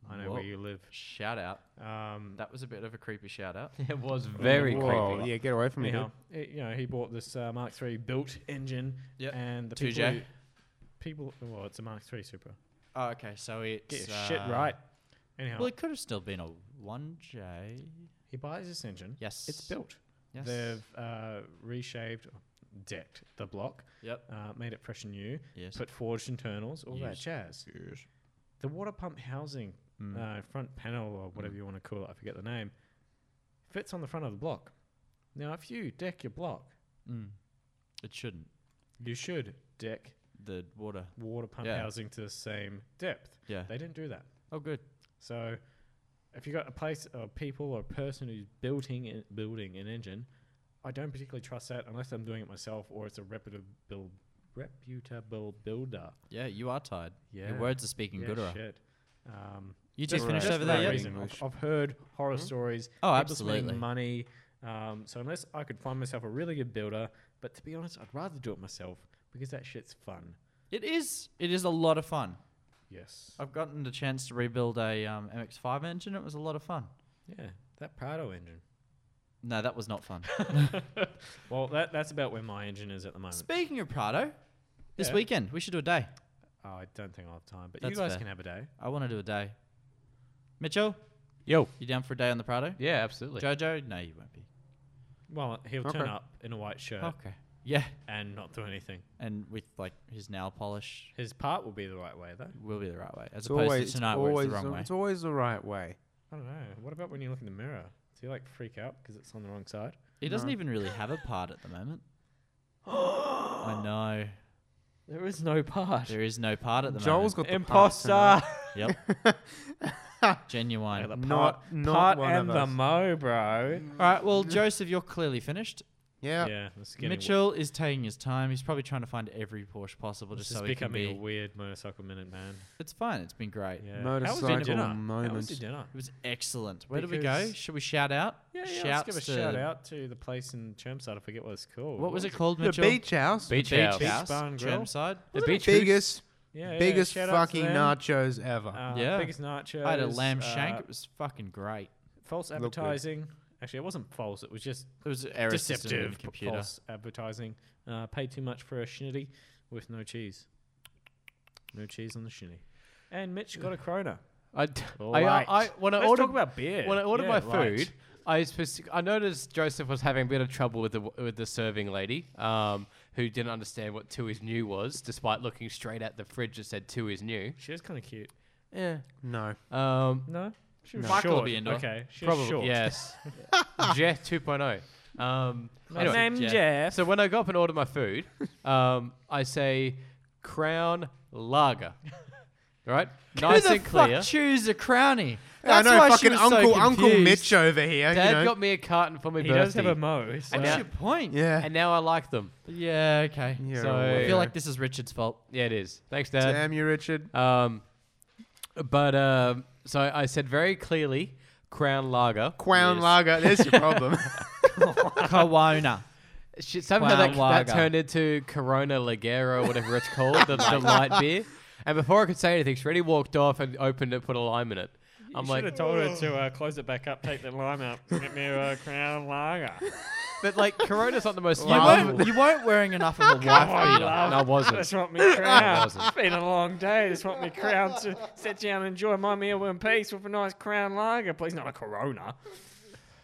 S3: I know
S4: Whoa.
S3: where you live.
S4: Shout out.
S3: Um,
S4: That was a bit of a creepy shout out.
S5: It was very
S2: Whoa,
S5: creepy.
S2: yeah, get away from me.
S3: anyhow,
S2: dude.
S3: it- you know, he bought this uh, Mark III built engine,
S4: Yep.
S3: and the
S4: 2J.
S3: people, who- people. Well, it's a Mark III Supra.
S4: Oh, okay, so it's
S3: Get your shit
S4: uh,
S3: right. Anyhow,
S4: Well, it could have still been a one J.
S3: he buys this engine.
S4: Yes,
S3: It's built.
S4: Yes.
S3: They've uh, reshaped, decked the block,
S4: Yep.
S3: uh, made it fresh and new,
S4: Yes.
S3: put forged internals, all that
S4: Yes. Mm.
S3: jazz. The water pump housing, uh, front panel, or whatever you want to call it, I forget the name, fits on the front of the block. Now, if you deck your block,
S4: Mm. It shouldn't.
S3: you should deck
S4: The water.
S3: water pump
S4: Yeah.
S3: housing to the same depth.
S4: Yeah.
S3: They didn't do that.
S4: Oh, good.
S3: So, if you got a place or people or a person who's building in, building an engine, I don't particularly trust that unless I'm doing it myself or it's a reputable reputable builder.
S4: Yeah, you are tired.
S3: Yeah.
S4: Your words are speaking
S3: Yeah,
S4: gooder.
S3: shit. Um,
S4: You two
S3: just
S2: Right.
S4: finished
S3: just
S4: over
S3: for
S4: there
S3: that
S4: yet?
S3: reason. I've,
S2: English.
S3: I've heard horror stories.
S4: Oh,
S3: people spending
S4: absolutely.
S3: Money. Um, so unless I could find myself a really good builder, but to be honest, I'd rather do it myself because that shit's fun.
S4: It is. It is a lot of fun.
S3: Yes.
S4: I've gotten the chance to rebuild a um, MX-5 engine. It was a lot of fun.
S3: Yeah, that Prado engine.
S4: No, that was not fun.
S3: Well, that that's about where my engine is at the moment.
S4: Speaking of Prado, this
S3: Yeah.
S4: weekend we should do a day.
S3: Oh, I don't think I'll have time, but
S4: That's
S3: you guys
S4: fair.
S3: can have a day.
S4: I want to do a day. Mitchell,
S5: Yo.
S4: you down for a day on the Prado?
S5: Yeah, absolutely.
S4: Jojo, no, you won't be.
S3: Well, he'll
S2: Okay.
S3: turn up in a white shirt
S4: Okay. Yeah,
S3: and not do anything.
S4: and with like his nail polish,
S3: His part will be the right way, though.
S4: will be the right way, as
S2: It's
S4: opposed
S2: always,
S4: to tonight
S2: it's
S4: where
S2: always,
S4: it's the wrong way.
S2: it's always the right way.
S3: I don't know. What about when you look in the mirror? Do you like freak out because it's on the wrong side?
S4: He doesn't even really have a part at the moment. I know
S3: There is no part.
S4: there is no part at the
S2: Joel's
S4: moment.
S2: got the parts tonight.
S4: Yep, genuine.
S3: the
S4: All
S2: Not-
S3: part,
S2: not
S3: part
S2: one
S3: and
S2: of
S3: the
S2: us.
S3: mo, bro.
S4: right, well, Joseph, you're clearly finished.
S2: Yeah.
S3: Yeah, this is getting
S4: Mitchell is taking his time. He's probably trying to find every Porsche possible
S3: This
S4: just
S3: is
S4: so he can
S3: becoming a
S4: be.
S3: weird motorcycle minute, man.
S4: It's fine. It's been great.
S3: Yeah.
S2: Motorcycle
S3: How was your dinner? How was
S2: moments.
S3: your dinner?
S4: It was excellent. Where do we go?
S3: Because-
S4: Should we shout out?
S3: Yeah, yeah.
S4: Shouts
S3: let's
S4: to-
S3: give a shout out to the place in Chermside. I forget what it's called.
S4: What was it called,
S2: The
S4: Mitchell?
S2: beach house.
S5: Beach,
S4: Beach
S5: house.
S4: House,
S3: Beach Bar and Grill?
S4: Chermside.
S5: The beach house.
S2: biggest,
S3: Yeah, yeah,
S2: biggest
S3: shout out to
S2: fucking
S3: them.
S2: nachos ever.
S3: Uh,
S4: Yeah.
S3: Biggest nachos.
S4: I had a lamb
S3: uh,
S4: shank. It was fucking great.
S3: false
S2: Looked good.
S3: advertising. Actually, it wasn't false. It was just
S4: It was error system in the
S3: deceptive p-
S4: computer.
S3: false advertising. Uh, pay too much for a shinity with no cheese. No cheese on the shinny. And Mitch got a Corona.
S5: I, d- I,
S3: Light.
S5: I, when I
S3: Let's
S5: ordered
S3: talk about beer.
S5: when I ordered
S3: Yeah,
S5: my
S3: light.
S5: food, I speci- I noticed Joseph was having a bit of trouble with the with the serving lady, um, who didn't understand what two is new was, despite looking straight at the fridge that said two is new.
S3: She was kind of cute.
S5: Yeah.
S2: No.
S5: Um,
S3: No, she was
S4: Michael will
S3: short.
S4: be into her.
S3: okay, she was
S5: probably
S3: short.
S5: yes. Jeff 2.0. Um,
S3: My
S5: anyway,
S3: name's
S4: Jeff.
S3: Jeff.
S5: so when I go up and order my food, um, I say Crown Lager. Right? Nice
S4: Who the
S5: and clear.
S4: fuck choose a crownie?
S2: I
S4: That's
S2: know
S4: why she
S2: fucking
S4: was
S2: Uncle
S4: so
S2: Uncle
S4: confused.
S2: Mitch over here.
S5: Dad
S2: you know?
S5: got me a carton for my
S3: he
S5: birthday.
S3: does have a mo. So.
S5: And
S4: That's
S5: now-
S4: your point.
S2: yeah.
S5: and now I like them.
S4: Yeah. Okay.
S2: Yeah,
S5: So-
S2: well,
S4: I feel like this is Richard's fault.
S5: Yeah, it is. Thanks, Dad.
S2: damn you, Richard.
S5: Um, but um, so I said very clearly, Crown Lager.
S2: Crown
S5: Yes.
S2: Lager. There's your problem.
S4: Corona.
S5: Shit, somehow that,
S4: Crown
S5: that
S4: Lager.
S5: turned into Corona Lagero, whatever it's called,
S2: Oh
S5: the, the light beer. And before I could say anything, she already walked off and opened it, put a lime in it. I'm
S3: You should
S5: like,
S3: have told her to uh, close it back up, take the lime out, get me a crown lager.
S5: but like Corona's not the most
S4: You
S5: flammable.
S4: weren't, you weren't wearing enough of a
S3: Come
S4: wife
S3: on,
S4: beater.
S3: love.
S5: No, I wasn't.
S3: I just want me crown.
S5: wasn't.
S3: It's been a long day. I just want me crown to sit down and enjoy my meal in peace with a nice crown lager. Please, not a Corona.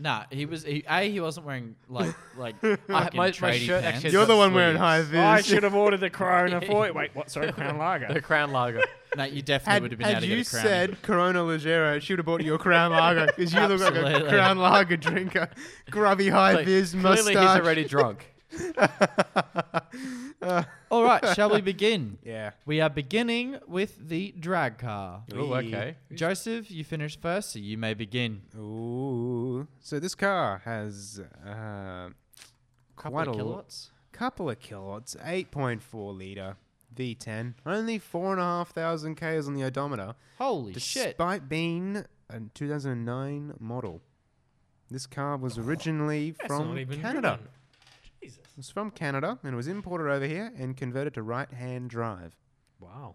S4: Nah, he was. He, a he wasn't wearing like like
S5: my-
S4: fucking
S5: my
S4: tradie
S5: shirt
S4: pants.
S5: actually-
S2: You're the
S5: got
S2: one wearing
S5: sleeves.
S2: high vis.
S3: Oh, I should have ordered the Corona for you. Wait, what? Sorry, crown lager.
S5: the Crown Lager.
S4: No, you definitely
S2: Had,
S4: would have been
S2: had
S4: able to
S2: you
S4: get a crown.
S2: said Corona Leggero, she would have bought you a Crown Lager because you look like a
S4: Absolutely.
S2: Crown Lager drinker. Grubby high
S5: Like,
S2: vis
S5: clearly,
S2: mustache.
S5: he's already drunk.
S4: All right, shall we begin?
S2: yeah.
S4: We are beginning with the drag car.
S5: oh, okay.
S4: Joseph, you finished first, so you may begin.
S2: Ooh. So this car has uh, quite
S4: Couple
S2: a
S4: of
S2: lot.
S4: kilowatts.
S2: couple of kilowatts, 8.4 litre V10, only 4,500 Ks on the odometer,
S4: Holy shit!
S2: despite being a 2009 model. This car was originally from Canada.
S3: Jesus.
S2: It was from Canada and was imported over here and converted to right hand drive.
S3: Wow.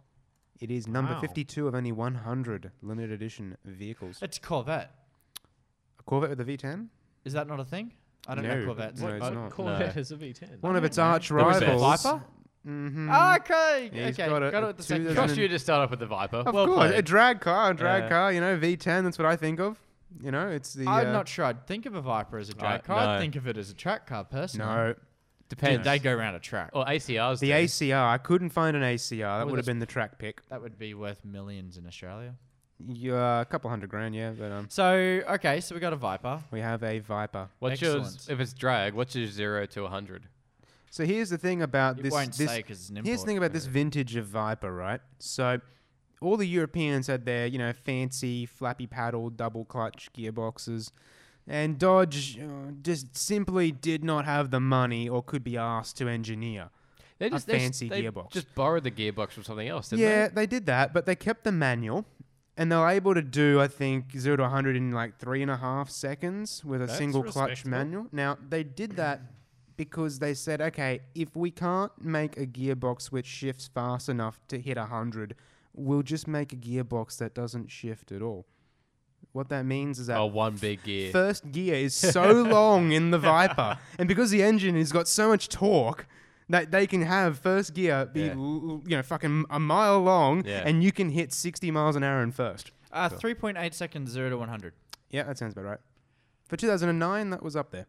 S2: It is number
S3: Wow.
S2: 52 of only 100 limited edition vehicles.
S4: It's Corvette.
S2: A Corvette with a V10?
S4: Is that not a thing? I don't
S2: No.
S4: know Corvettes. uh,
S2: No, it's
S3: I
S2: not.
S3: Corvette is a V10.
S2: One of its
S4: know.
S2: arch
S5: There was
S2: rivals.
S5: a Viper?
S2: Mm-hmm.
S4: Ah, okay.
S2: He's
S4: okay,
S2: got
S4: got
S2: a-
S4: it,
S2: a
S4: with the second.
S2: two-
S4: car.
S5: Trust you to start off with the Viper.
S2: Of
S5: well
S2: course,
S5: played.
S2: a drag car, a drag
S5: Yeah.
S2: car. You know, V10. That's what I think of. You know, it's the.
S4: I'm
S2: uh,
S4: not sure. I'd think of a Viper as a drag
S5: Right,
S4: car. I'd
S5: no.
S4: think of it as a track car personally.
S2: No, Oh.
S4: Did
S5: Depends.
S4: they go around a track?
S5: or ACRs.
S2: the
S5: do.
S2: ACR. I couldn't find an ACR. That
S4: Well,
S2: would have
S4: that's-
S2: been the track pick.
S4: That would be worth millions in Australia.
S2: Yeah, a couple hundred grand, yeah. But um,
S4: So okay, so we got a Viper.
S2: we have a Viper.
S5: What's
S4: Excellent.
S5: yours? If it's drag, what's your zero to a hundred?
S2: So here's the thing about
S4: It
S2: this.
S4: won't
S2: this
S4: say 'cause it's an
S2: Here's the thing
S4: import.
S2: about this vintage of Viper, right? So all the Europeans had their, you know, fancy flappy paddle, double clutch gearboxes. And Dodge uh, just simply did not have the money or could be asked to engineer.
S5: They
S2: A
S5: just they s-
S2: fancy
S5: they
S2: gearbox.
S5: Just borrowed the gearbox from something else, didn't
S2: yeah,
S5: they?
S2: they? did that, but they kept the manual, and they were able to do I think zero to one hundred in like three and a half seconds with a
S3: That's
S2: single clutch
S3: respectable.
S2: manual. Now they did that because they said, okay, if we can't make a gearbox which shifts fast enough to hit hundred, we'll just make a gearbox that doesn't shift at all. What that means is that
S5: Oh, one big gear.
S2: first gear is so long in the Viper, and because the engine has got so much torque. That they can have first gear be
S5: Yeah.
S2: l- you know fucking a mile long,
S5: Yeah.
S2: and you can hit sixty miles an hour in first.
S4: Uh, 3.8 seconds, zero to 100.
S2: Yeah, that sounds about right. For two thousand and nine, that was up there.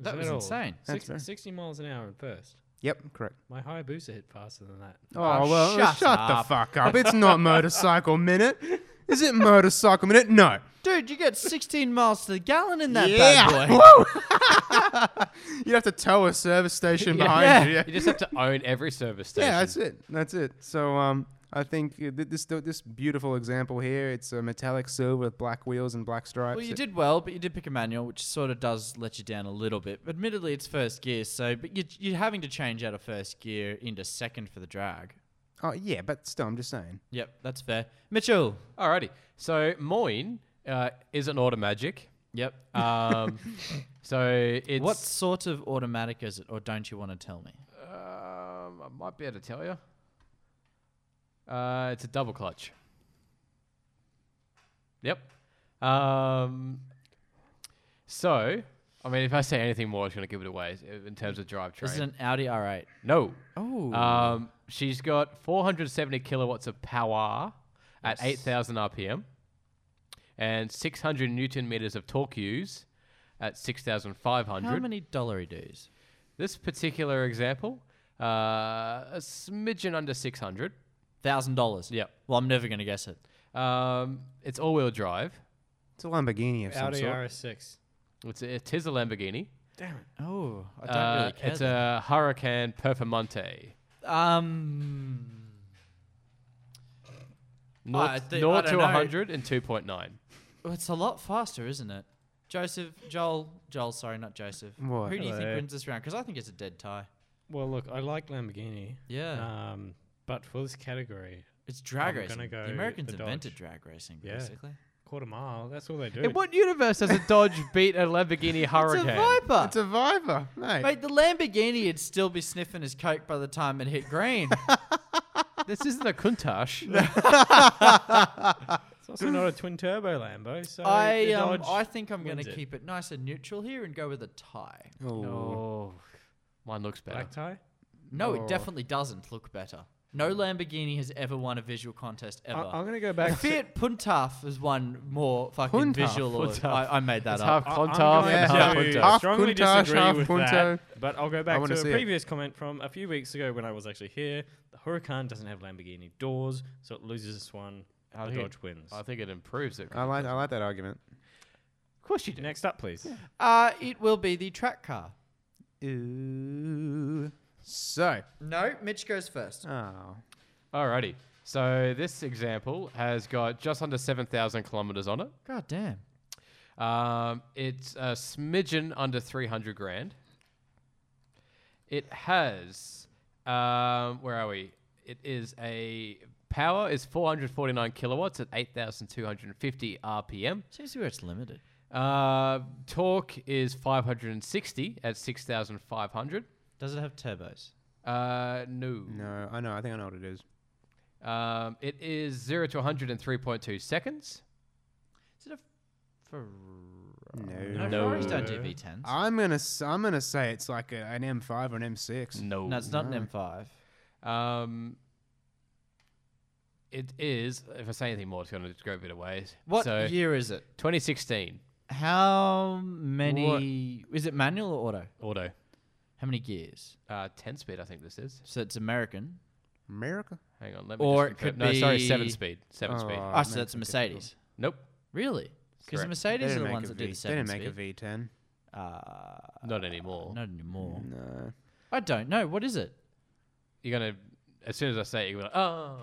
S4: That
S3: Is
S4: was
S3: all?
S4: insane.
S2: That's
S3: Six,
S2: fair.
S3: 60 miles an hour at first.
S2: Yep, correct.
S3: My Hayabusa hit faster than that.
S2: Oh,
S4: Oh,
S2: well, shut,
S4: shut
S2: the
S4: up.
S2: fuck up! It's not motorcycle minute. Is it motorcycle minute? No.
S4: Dude, you get 16 miles to the gallon in that
S2: yeah.
S4: bad boy.
S2: Whoa. You'd have to tow a service station
S5: Yeah.
S2: behind you. Yeah.
S5: You just have to own every service station.
S2: Yeah, that's it. That's it. So um, I think uh, th- this th- this beautiful example here. It's a metallic silver with black wheels and black stripes.
S4: Well, you
S2: It-
S4: did well, but you did pick a manual, which sort of does let you down a little bit. Admittedly, it's first gear, so but you're, you're having to change out of first gear into second for the drag.
S2: Oh yeah, but still, I'm just saying.
S4: Yep, that's fair. Mitchell.
S5: Alrighty. So Moin uh, is an automagic.
S4: Yep.
S5: Um, so it's
S4: what sort of automatic is it, or don't you want to tell me?
S5: Um, I might be able to tell you. Uh, it's a double clutch. Yep. Um, so, I mean, if I say anything more, it's going to give it away i- in terms of drivetrain.
S4: Is it an Audi R8?
S5: no.
S4: Oh.
S5: Um, she's got 470 kilowatts of power at 8,000 RPM and 600 newton meters of torque use at 6,500.
S4: How many dollary dues?
S5: This particular example, uh, a smidgen under 600.
S4: Thousand dollars.
S5: Yep.
S4: Well, I'm never gonna guess it.
S5: Um, it's all-wheel drive.
S2: It's a Lamborghini of some
S3: Audi
S2: sort.
S3: RS6.
S5: It's a, it is a Lamborghini.
S4: Oh, I don't
S5: Uh,
S4: really care.
S5: it's a Huracan Performante.
S4: then. um.
S5: Naught
S4: I thi- I
S5: naught
S4: don't
S5: to
S4: know.
S5: 100 in 2.9.
S4: Well, it's a lot faster, isn't it? Joseph, Joel, Joel, sorry, not Joseph.
S2: What?
S4: Who do you think
S3: Hello.
S4: wins this round? Because I think it's a dead tie.
S3: Well, look, I like Lamborghini.
S4: Yeah.
S3: Um, but for this category,
S4: it's drag
S3: I'm
S4: racing.
S3: gonna go
S4: the Americans
S3: the Dodge.
S4: invented drag racing,
S3: Yeah.
S4: basically.
S3: quarter mile, that's all they do.
S5: In what universe does a Dodge beat a Lamborghini
S4: It's a
S5: Huracan?
S4: Viper.
S2: It's a Viper, mate.
S4: Mate, the Lamborghini would still be sniffing his coke by the time it hit green.
S5: this isn't a Countach.
S3: It's also not a twin turbo Lambo. So
S4: I
S3: the
S4: um,
S3: Dodge-
S4: I think I'm gonna
S3: wins it.
S4: keep it nice and neutral here and go with a tie.
S5: Oh, mine looks better.
S3: black tie.
S4: No,
S2: Oh.
S4: it definitely doesn't look better. No Lamborghini has ever won a visual contest ever.
S3: I, am gonna go back. to,
S4: Fiat Puntaf has won more fucking
S2: Puntaf,
S4: visual. or-
S5: Puntaf.
S4: I, I made that
S5: It's half
S4: up.
S5: Countach
S2: Yeah.
S5: and half
S2: Yeah.
S5: Countach.
S2: Half
S3: strongly
S2: Countach,
S3: disagree
S2: half
S3: with
S2: Punto.
S3: that, but I'll go back
S2: wanna
S3: to a
S2: see it.
S3: previous comment from a few weeks ago when I was actually here. The Huracan doesn't have Lamborghini doors, so it loses this one.
S5: I
S3: the
S5: think it-
S3: Dodge wins.
S5: I think it improves it.
S4: Um,
S2: I like I like that argument.
S5: Of course you do.
S3: Next up, please.
S4: Uh, it will be the track car.
S2: Ooh. So,
S4: No, Mitch goes first.
S2: oh,
S5: Alrighty. So this example has got just under 7,000 kilometers on it.
S4: God damn.
S5: Um, it's a smidgen under 300 grand. It has, um, where are we? It is a power is 449 kilowatts at 8,250 RPM.
S4: Seems to be where it's limited.
S5: Uh, torque is 560 at 6,500.
S4: Does it have turbos?
S5: Uh, no.
S2: no, I know. I think I know what it is.
S5: Um, it is 0 to 100 in 3.2 seconds.
S4: Is it a Ferrari?
S2: No.
S4: No, Ferraris don't do V10s.
S2: I'm gonna s- I'm gonna say it's like a, an M5 or an M6.
S5: No.
S4: no, it's not an M5.
S5: Um, it is, if I say anything more, it's going to go a bit of ways.
S4: What
S5: So,
S4: year is it?
S5: 2016
S4: How many? Is it manual or auto?
S5: auto.
S4: How many gears?
S5: Uh, 10 speed, I think this is.
S4: So it's American.
S2: America.
S5: Hang on, let me
S4: Or
S5: just
S4: it
S5: confirm. No, sorry, 7
S4: could be-
S5: speed. 7 speed.
S2: Oh,
S4: Oh,
S2: it
S4: so
S2: makes
S4: that's a
S2: it
S4: Mercedes.
S5: Nope.
S4: Really? Because the
S5: Correct.
S2: They
S4: Mercedes are
S2: didn't
S4: the
S2: make
S4: ones
S2: a
S4: that do
S2: V-
S4: the
S2: They
S4: seven
S2: didn't make a
S4: speed.
S2: V10.
S4: Uh,
S5: Not anymore.
S4: not anymore.
S2: No.
S4: I don't know. What is it?
S5: You're going to, as soon as I say it, you're going to, oh,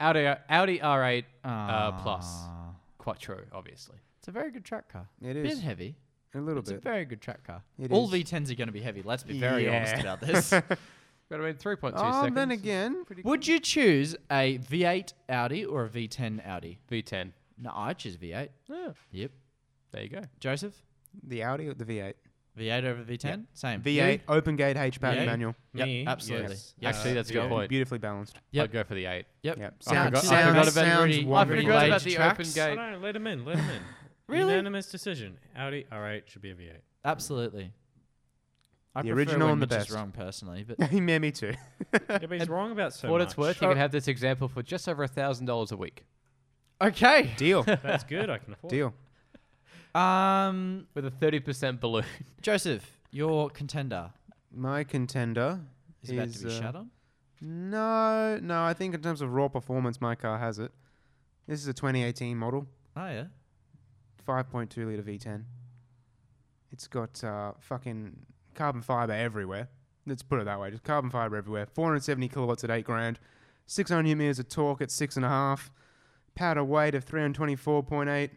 S5: Audi, Audi R8 uh, Plus.
S4: Ah.
S5: Quattro, obviously.
S4: It's a very good track car.
S2: It
S4: Bit
S2: is
S4: heavy.
S2: a little
S4: It's a
S2: bit.
S4: very good track car.
S2: It
S4: All
S2: is.
S4: V10s are going to be heavy. Let's be very honest
S2: Yeah.
S4: about this.
S5: But I mean, 3.2
S2: Oh,
S5: seconds.
S2: then again, pretty
S4: Would you choose a V8 Audi or a V10 Audi?
S5: V10.
S4: No, I choose V8.
S5: Yeah.
S4: Yep.
S5: There you go.
S4: Joseph,
S2: the Audi or the V8.
S4: V8 over V10? Same.
S2: V8 open gate H
S4: Yeah.
S2: pattern manual.
S4: Yep,
S3: Me,
S4: absolutely.
S3: yes. Uh,
S4: Yep.
S5: Actually, that's a good
S3: yeah.
S5: point.
S2: Beautifully balanced.
S4: Yep.
S5: I'd go for the 8.
S4: Yep.
S2: Yep.
S5: I forgot- I
S2: sounds,
S5: forgot about
S2: sounds
S4: really-
S5: I
S4: Very
S2: wonderful.
S5: forgot
S4: late
S5: about the open
S4: tracks.
S5: gate.
S3: I don't know, let him in. Let him in.
S4: Really?
S3: Unanimous decision. Audi R8 should be a V8.
S4: Absolutely. I
S2: The
S4: prefer
S2: original
S4: when
S2: and the
S4: Mitch is
S2: best.
S4: wrong personally, but
S2: yeah, me too.
S3: Yeah, but he's wrong about so
S5: For what
S3: much.
S5: it's worth, you can have this example for just over a thousand dollars a week
S4: okay.
S2: Deal.
S3: That's good. I can afford. it.
S2: Deal.
S4: Um,
S5: with a thirty percent balloon.
S4: Joseph, your contender
S2: My contender
S4: is about to be
S2: uh,
S4: shut on.
S2: No, no. I think in terms of raw performance, my car has it. This is a 2018 model,
S4: Oh yeah.
S2: 5.2 liter V10. It's got uh, fucking carbon fiber everywhere. Let's put it that way. Just carbon fiber everywhere. 470 kilowatts at eight grand. 600 newton meters of torque at six and a half. Powder weight of 324.8.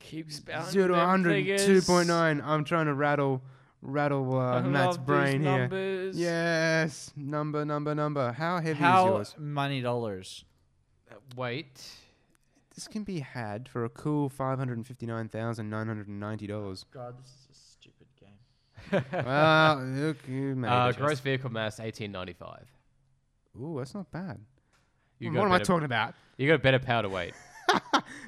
S3: Keep spouting.
S2: Zero to
S3: them
S2: 100,
S3: figures.
S2: 2.9. I'm trying to rattle, rattle
S3: I
S2: uh,
S3: love
S2: Matt's
S3: these
S2: brain here.
S3: numbers.
S2: Yes, number, number, number. How heavy is
S4: How
S2: yours?
S4: many dollars?
S5: Wait,
S2: This can be had for a cool five hundred and fifty nine thousand nine hundred and ninety dollars.
S4: Oh, God, this is a stupid game.
S2: well, look, you made
S5: uh,
S2: it.
S5: gross vehicle mass eighteen ninety five.
S2: Ooh, that's not bad.
S5: You
S2: what
S5: got
S2: am I
S5: better,
S2: talking about?
S5: You got better power to weight.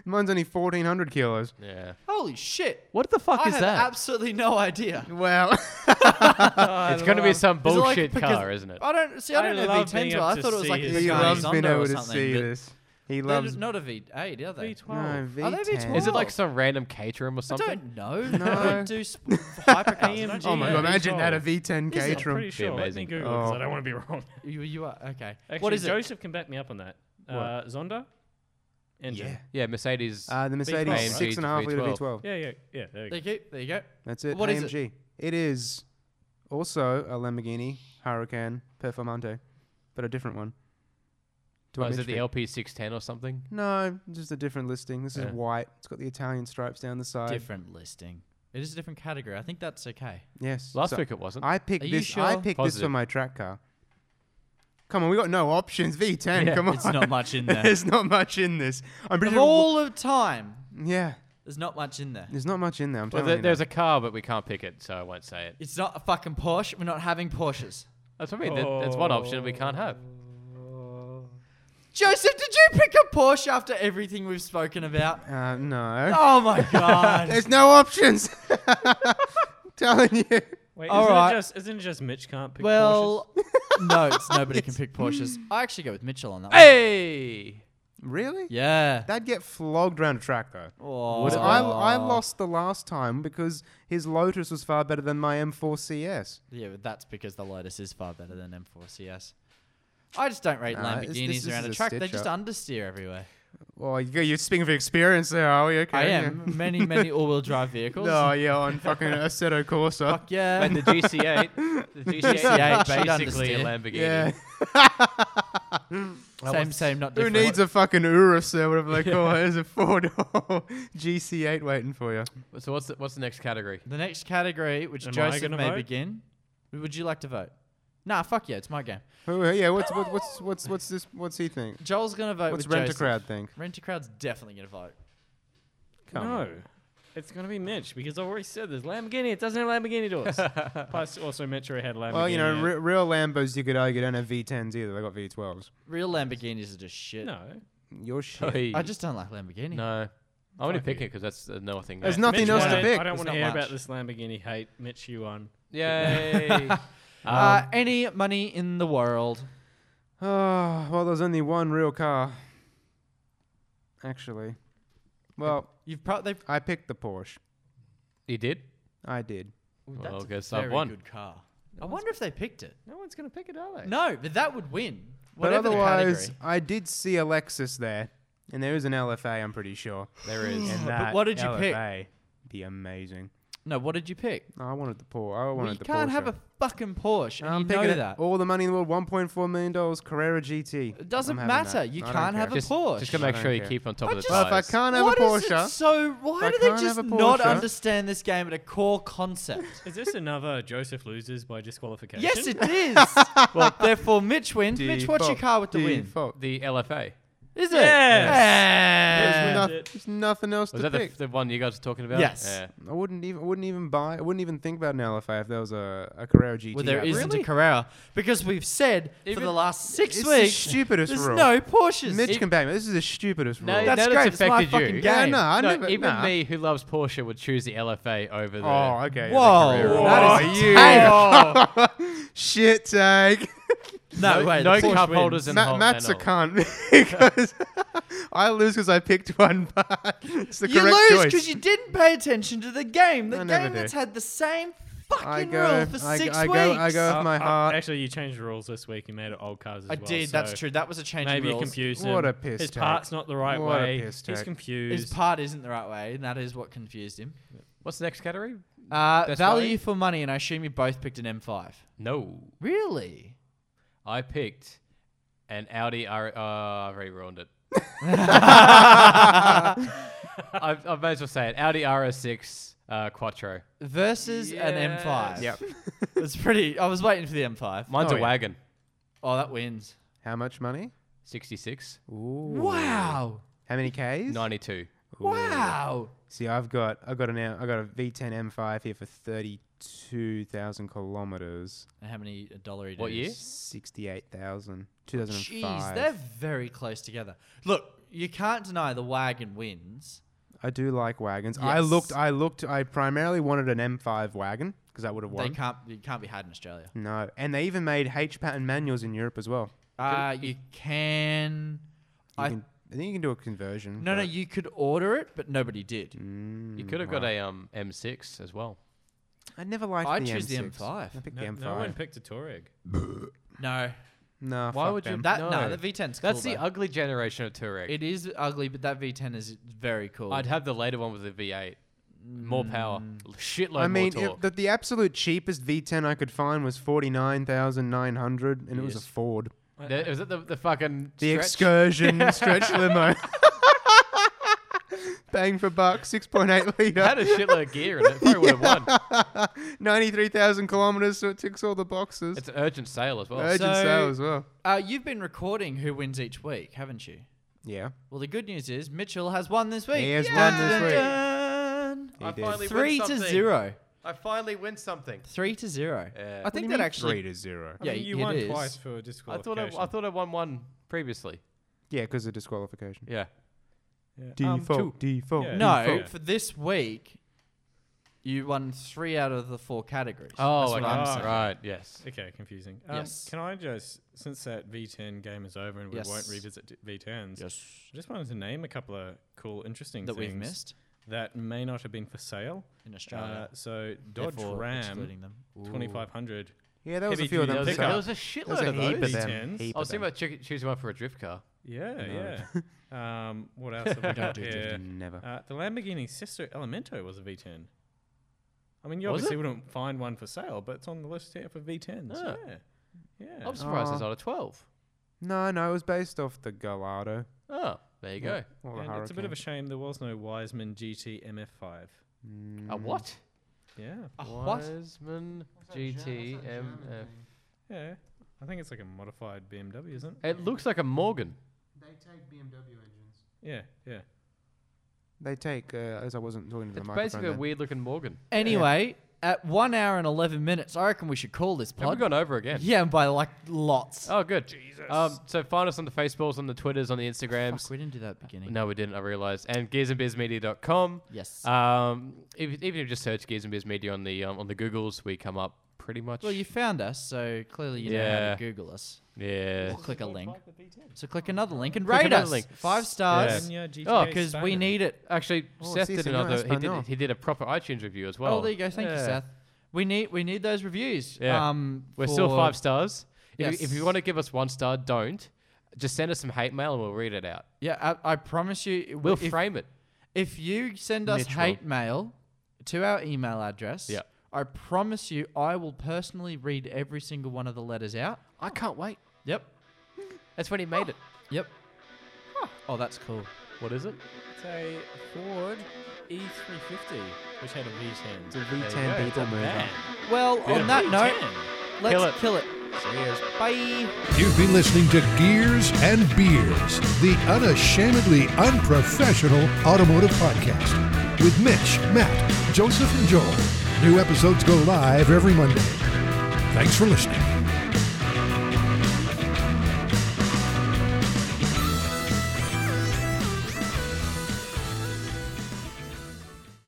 S2: Mine's only fourteen hundred kilos.
S5: Yeah.
S4: Holy shit!
S5: What the fuck
S4: I
S5: is
S4: have
S5: that?
S4: absolutely no idea.
S2: Well,
S5: it's going to
S3: Um,
S5: be some
S4: Is it like
S5: bullshit
S4: because- Oh.
S5: car, isn't it?
S4: I don't see. I
S3: I
S4: don't know
S2: love
S4: V10s
S3: being
S4: well.
S3: up
S4: I
S3: to
S4: thought it was
S3: see
S4: like a
S3: this.
S2: he
S3: He
S4: Hyundai
S2: loves
S3: loves
S2: being
S4: Sonda or
S2: able to
S4: something.
S2: see
S4: but
S2: this. He
S4: They're
S2: loves.
S4: not a V8, are they?
S2: No, V10.
S4: Are they V12?
S5: Is it like
S4: Oh.
S5: some random caterham or
S4: I
S5: something?
S4: don't know.
S2: No.
S4: I don't do sp- hypercars. I don't
S2: Oh my
S4: do
S2: god!
S4: that.
S2: Imagine that a
S3: V12.
S2: V10
S4: Is it?
S3: I'm
S2: Caterham.
S3: pretty sure. Let me
S5: amazing.
S3: Google because
S2: Oh.
S3: I don't want to be wrong.
S4: You, you are okay.
S3: Actually,
S4: what is
S3: Joseph can back me up on that. Uh, Zonda? Engine.
S2: Yeah.
S5: Yeah, Mercedes.
S2: Uh, the Mercedes
S3: right?
S2: six and a half liter
S5: V12.
S2: V12.
S3: Yeah, yeah, yeah. There you
S4: it? There
S3: go.
S4: you go. There you go.
S2: That's it.
S4: What
S2: AMG.
S4: is it?
S2: It is also a Lamborghini Huracan Performante, but a different one. Do
S5: oh,
S2: I
S5: is it the
S2: mention
S5: LP610 or something?
S2: No, just a different listing. This
S5: Yeah.
S2: is white. It's got the Italian stripes down the side.
S4: Different listing. It is a different category. I think that's okay.
S2: Yes.
S5: Last
S2: So
S5: week it wasn't.
S2: I picked
S4: Are you
S2: this. I
S4: sure?
S2: picked this for
S5: Positive.
S2: my track car. Come on, we got no options. V10.
S5: Yeah,
S2: come on.
S4: It's not much in there.
S2: There's not much in this. I'm
S4: of
S2: pretty sure.
S4: all of time,
S2: yeah,
S4: there's not much in there.
S2: there's not much in there. I'm
S5: Well,
S2: telling
S5: there,
S2: you.
S5: there's a car, but we can't pick it, so I won't say it.
S4: It's not a fucking Porsche. We're not having Porsches.
S5: That's what I mean. that- That's one option we can't have.
S4: Joseph, did you pick a Porsche after everything we've spoken about?
S2: a. Uh, no.
S4: Oh my god.
S2: There's no options. telling you.
S3: Wait,
S4: All
S3: isn't,
S4: right.
S3: it just, isn't it just Mitch can't pick
S4: well, no, it's nobody can pick Porsches. I actually go with Mitchell on that. one.
S5: Hey!
S2: Really?
S4: Yeah.
S2: That'd get flogged round a track though.
S4: Oh.
S2: So I, I lost the last time because his Lotus was far better than my M4 CS.
S4: Yeah, but that's because the Lotus is far better than M4 CS. I just don't rate
S2: Nah, it's-
S4: Lamborghinis
S2: this- this
S4: around
S2: is
S4: a
S2: a
S4: track. They
S2: stitch
S4: just
S2: up.
S4: understeer everywhere.
S2: Well, you- Oh, you're speaking of experience there, are we? Okay.
S4: I
S2: yeah.
S4: am many, many all-wheel drive vehicles.
S2: No, yeah, on fucking Assetto Corsa.
S4: Fuck yeah.
S5: And the GC8, the GC8
S4: GC8, she'd
S5: basically a
S4: understand.
S5: Lamborghini.
S2: Yeah.
S4: Same, same, not
S2: Who
S4: different.
S2: needs a fucking Urus or whatever they call it? There's a four door GC8 waiting for you.
S5: So what's the, what's the next category?
S4: The next category, which
S3: Am I
S4: Joseph
S3: gonna
S4: may
S3: vote?
S4: begin. Would you like to vote? Nah, fuck yeah, it's my game.
S2: Who, yeah, what's what, what's what's what's this? What's he think?
S4: Joel's gonna vote
S2: What's
S4: with
S2: Rent a
S4: Joseph.
S2: Crowd think?
S4: Rent a crowd's definitely gonna vote.
S2: Come on.
S3: No. It's going to be Mitch because I've already said this. Lamborghini, it doesn't have Lamborghini doors. Plus, also, Mitch already had Lamborghini.
S2: Well, you know,
S3: in it.
S2: re- real Lambos you could argue don't have V10s either. They got V12s.
S4: Real Lamborghinis are just shit.
S3: No.
S2: Your shit.
S4: I just don't like Lamborghini.
S5: no. I'm only
S3: Fuck
S5: picking
S3: you.
S5: because that's another thing.
S2: There's
S5: that-
S2: nothing
S3: Mitch
S2: else to
S3: won it.
S2: pick.
S3: I don't
S4: There's
S3: want to
S4: not
S3: hear
S4: much.
S3: about this Lamborghini hate. Mitch, you won.
S5: Yay!
S4: Uh,
S2: Um,
S4: any money in the world?
S2: Oh, well, there's only one real car. Actually. Well,
S4: You've probably
S2: I picked the Porsche.
S5: you did?
S2: I did.
S4: that's
S5: Well,
S4: a
S5: guess I've
S4: very
S5: won.
S4: good car. I wonder if they picked it.
S3: No one's going to pick it, are they?
S4: No, but that would win.
S2: But
S4: Whatever the
S2: otherwise,
S4: category.
S2: I did see a Lexus there. And there is an LFA, I'm pretty sure.
S5: There is.
S2: And
S4: But
S2: that
S4: what did you pick?
S2: LFA Be amazing.
S4: No, what did you pick?
S2: No, I wanted the Porsche. I
S4: Well,
S2: wanted
S4: you
S2: the
S4: can't have
S2: Porsche.
S4: a fucking Porsche. And
S2: I'm
S4: you know
S2: picking it.
S4: that.
S2: All the money in the world, $1.4 million, Carrera GT.
S4: It doesn't
S2: I'm having
S4: matter.
S2: that.
S4: You
S2: I don't
S4: can't
S2: care.
S4: have a
S5: just,
S4: Porsche.
S5: just to make
S2: I
S5: sure
S2: don't
S5: you
S2: care.
S5: keep on top
S4: I
S5: of the
S4: just-
S2: Well, if I
S5: tires.
S2: can't have
S4: What
S2: a
S4: is it
S2: Porsche,
S4: so why
S2: I
S4: do they
S2: can't have
S4: just
S2: a
S4: not
S2: Porsche-
S4: understand this game at a core concept?
S3: Is this another Joseph loses by disqualification?
S4: yes, it is. well, therefore, Mitch wins. Mitch, what's your
S2: default,
S4: car with the win?
S2: default.
S5: The LFA.
S4: Is it?
S2: There's,
S4: Yes.
S2: noth-
S3: it.
S2: there's nothing else
S5: Was
S2: to
S5: that the,
S2: pick.
S5: f- the one you guys were talking about?
S4: Yes.
S5: Yeah.
S2: I wouldn't even I wouldn't even buy I wouldn't even think about an LFA if there was a, a Carrera GT.
S4: Well, there
S2: out
S4: isn't
S5: Really?
S4: a Carrera because we've said for
S5: Even-
S4: the last six
S2: It's the
S4: weeks
S2: stupidest
S4: there's
S2: rule.
S4: no Porsches.
S2: Mitch
S4: It-
S2: can bang me. This is the stupidest
S5: No,
S2: rule.
S4: That's
S5: that
S4: great,
S5: It's
S4: it's my
S5: affected
S4: fucking
S5: you.
S4: game.
S2: yeah, no, I
S5: no,
S2: never.
S5: even
S2: nah.
S5: me, who loves Porsche, would choose the LFA over the.
S2: Oh, okay.
S4: Whoa,
S2: the Carrera.
S4: that is
S2: you
S4: terrible.
S2: shit tag.
S4: no, wait,
S5: no
S4: the Porsche
S5: cup
S4: wins.
S5: holders in the
S2: Ma-
S5: whole
S2: Matt's a
S5: panel.
S2: cunt because I lose because I picked one, but it's the
S4: You
S2: correct
S4: lose
S2: choice.
S4: because you didn't pay attention to the game. The
S2: I never
S4: game
S2: do.
S4: that's had the same
S2: I
S4: fucking
S2: go,
S4: rule for
S2: I,
S4: six
S2: I
S4: weeks.
S2: go, I go
S3: Uh,
S2: with my
S3: uh,
S2: heart.
S3: Actually, you changed the rules this week. You made it old cars as
S4: I
S3: well.
S4: did. that's
S3: so
S4: true. That was a change
S3: Maybe
S4: in
S3: you
S4: rules.
S3: confused him.
S2: What a piss
S3: His
S2: take.
S3: part's not the right
S2: What a
S3: way.
S2: piss
S3: He's
S2: take.
S4: His
S3: confused.
S4: part isn't the right way, and that is what confused him.
S5: What's the next category?
S4: Uh,
S5: Best
S4: value
S5: value?
S4: for money, and I assume you both picked an M5.
S5: No.
S4: Really?
S5: I picked an Audi R. Uh, I've already ruined it. I, I may as well say it. Audi RS6 uh, Quattro.
S4: Versus an M5.
S5: Yes.
S4: it's pretty. I was waiting for the M5.
S5: Mine's
S2: Oh,
S5: a
S2: yeah.
S5: wagon.
S4: Oh, that wins.
S2: How much money?
S5: 66,
S4: Wow.
S2: How many Ks?
S5: 92.
S4: Wow.
S2: See, I've got I got an I got a V10 M5 here for thirty-two thousand kilometers.
S4: And how many a dollar it
S5: What
S4: is?
S5: year?
S2: Sixty-eight thousand.
S4: Jeez,
S2: 2005.
S4: they're very close together. Look, you can't deny the wagon wins.
S2: I do like wagons. I looked.
S4: Yes.
S2: I looked. I primarily wanted an M5 wagon because I would have
S4: They
S2: won.
S4: can't. It can't be had in Australia.
S2: No, and they even made H pattern manuals in Europe as well.
S4: Uh, you Uh, can. I
S2: can- I think you can do a conversion.
S4: No, no,
S2: but-
S4: you could order it, but nobody did.
S5: You could have got a um, M6 as well.
S2: I never liked
S4: I
S2: the
S4: choose the
S2: M6.
S4: M5.
S2: I picked
S3: No,
S2: the M5.
S3: no one picked a Touareg.
S4: No,
S2: Nah,
S5: Why
S2: fuck
S5: would you-
S2: them.
S4: that no,
S5: No.
S4: the V10's cool.
S5: That's the
S4: though.
S5: ugly generation of Touareg.
S4: It is ugly, but that V10 is very cool.
S5: I'd have the later one with the V8. More power, shitload
S2: I mean,
S5: more
S2: it,
S5: torque.
S2: the, the absolute cheapest V10 I could find was 49,900 and it was a
S4: Yes.
S2: Ford.
S5: The, was it the, the fucking
S2: The
S5: stretch?
S2: excursion stretch limo. Bang for buck, 6.8
S5: It had
S2: litre.
S5: a shitload of gear in it. Probably would have won.
S2: 93,000 kilometres, so it ticks all the boxes.
S5: It's an urgent sale as well.
S2: Urgent
S4: So-
S2: sale as well.
S4: Uh, you've been recording who wins each week, haven't you?
S2: Yeah.
S4: Well, the good news is Mitchell has won this week.
S2: He has won this week.
S4: Dun,
S2: He did.
S5: finally-
S4: Three
S5: win
S4: to
S5: something.
S4: zero.
S5: I finally win something.
S4: Three to zero.
S5: Yeah.
S4: I think that actually.
S2: Three to zero.
S4: Yeah,
S3: you
S4: it
S3: won
S4: is.
S3: twice for
S5: I thought I,
S3: disqualification.
S5: I thought I won one previously.
S2: Yeah, because of disqualification.
S5: Yeah.
S3: Yeah. Um,
S2: Default,
S5: two.
S2: default.
S3: Yeah.
S4: No,
S3: Yeah.
S4: for this week, you won three out of the four categories.
S5: Oh,
S4: That's
S5: okay.
S4: what I'm
S3: Oh,
S4: saying.
S3: okay.
S5: right. Yes.
S3: Okay, confusing. Um,
S4: Yes.
S3: Can I just, since that V10 game is over and we won't
S4: Yes.
S3: revisit d- V10s,
S4: Yes.
S3: I just wanted to name a couple of cool, interesting
S4: That
S3: things
S4: we've missed
S3: that may not have been for sale.
S4: in
S3: Uh,
S4: Australia.
S3: so Dodge
S4: therefore
S3: Ram
S4: excluding them.
S3: 2500.
S2: Yeah, there was a
S3: Heavy
S2: few
S3: duty
S2: of them.
S5: There was,
S3: Pick
S5: a, there
S3: up.
S2: so-
S5: was a
S2: There
S5: shitload
S2: was a
S5: of
S2: heap
S5: those.
S2: of them.
S3: V10s.
S2: Heap
S5: I
S2: of
S5: was thinking
S2: them.
S5: about choo- choosing one for a drift car.
S3: Yeah,
S2: No.
S3: yeah. um, what else have we got
S4: do
S3: here?
S2: Never.
S3: Uh, the Lamborghini Sister Elemento was a V10. I mean, you
S5: Was
S3: obviously wouldn't find one for sale, but it's on the list here for V10s.
S5: Ah.
S3: Yeah. Yeah.
S5: I'm surprised there's
S2: Oh.
S5: not a 12.
S2: No, no, it was based off the Gallardo.
S5: Oh, there you go.
S2: Or the
S3: And it's a bit of a
S2: Hurricane.
S3: shame there was no Wiseman GT MF5.
S5: A
S4: Mm-hmm.
S5: what?
S3: Yeah.
S4: A what?
S5: Wiseman GTMF.
S3: Yeah. I think it's like a modified BMW, isn't it?
S5: It looks like a Morgan.
S2: They take BMW engines.
S3: Yeah, yeah.
S2: They take, uh, as I wasn't talking to the
S5: It's
S2: microphone.
S5: basically a
S2: then.
S5: weird looking Morgan.
S4: Anyway, at one hour and 11 minutes, I reckon we should call this
S5: Have we
S4: pod.
S5: gone over again?
S4: Yeah, by like lots.
S5: Oh, good. Um, so find us on the Facebooks, on the Twitters, on the Instagrams.
S4: Fuck, we didn't do that at the beginning.
S5: No, we didn't. I realized. And gearsandbeersmedia.com.
S4: Yes.
S5: Um, if, even if you just search Gears and Beers Media on the um, on the Googles, we come up pretty much.
S4: well, you found us, so clearly you know how
S5: Yeah.
S4: to Google us.
S5: yeah.
S4: Or click a link. So click another link and
S5: Click
S4: rate
S5: another
S4: us.
S5: link.
S4: Five stars.
S3: Yeah.
S5: Oh,
S4: Because we need it.
S5: Actually,
S2: Oh,
S5: Seth
S2: sí,
S5: did
S2: señor
S5: another. He
S2: español.
S5: did, he did a proper iTunes review as well.
S4: oh, there you go. Thank you,
S5: Yeah.
S4: Seth. We need we need those reviews.
S5: Yeah.
S4: Um,
S5: We're still
S4: for-
S5: five stars. If, you, if
S4: Yes.
S5: you want to give us one star, don't. Just send us some hate mail and we'll read it out.
S4: Yeah, I, I promise you. it-
S5: We'll
S4: if,
S5: frame it.
S4: if you send us
S5: Mitch will.
S4: hate mail to our email address,
S5: Yeah.
S4: I promise you, I will personally read every single one of the letters out.
S5: I can't wait.
S4: Yep.
S5: That's when he made it.
S4: Yep. Oh, that's cool.
S5: What is it?
S3: It's a Ford E350, which had a V10.
S2: It's a V10 people mover.
S4: Well, on that note, let's
S5: Kill it.
S4: kill it. Bye.
S1: You've been listening to Gears and Beers, the unashamedly unprofessional automotive podcast with Mitch, Matt, Joseph, and Joel. New episodes go live every Monday. Thanks for listening.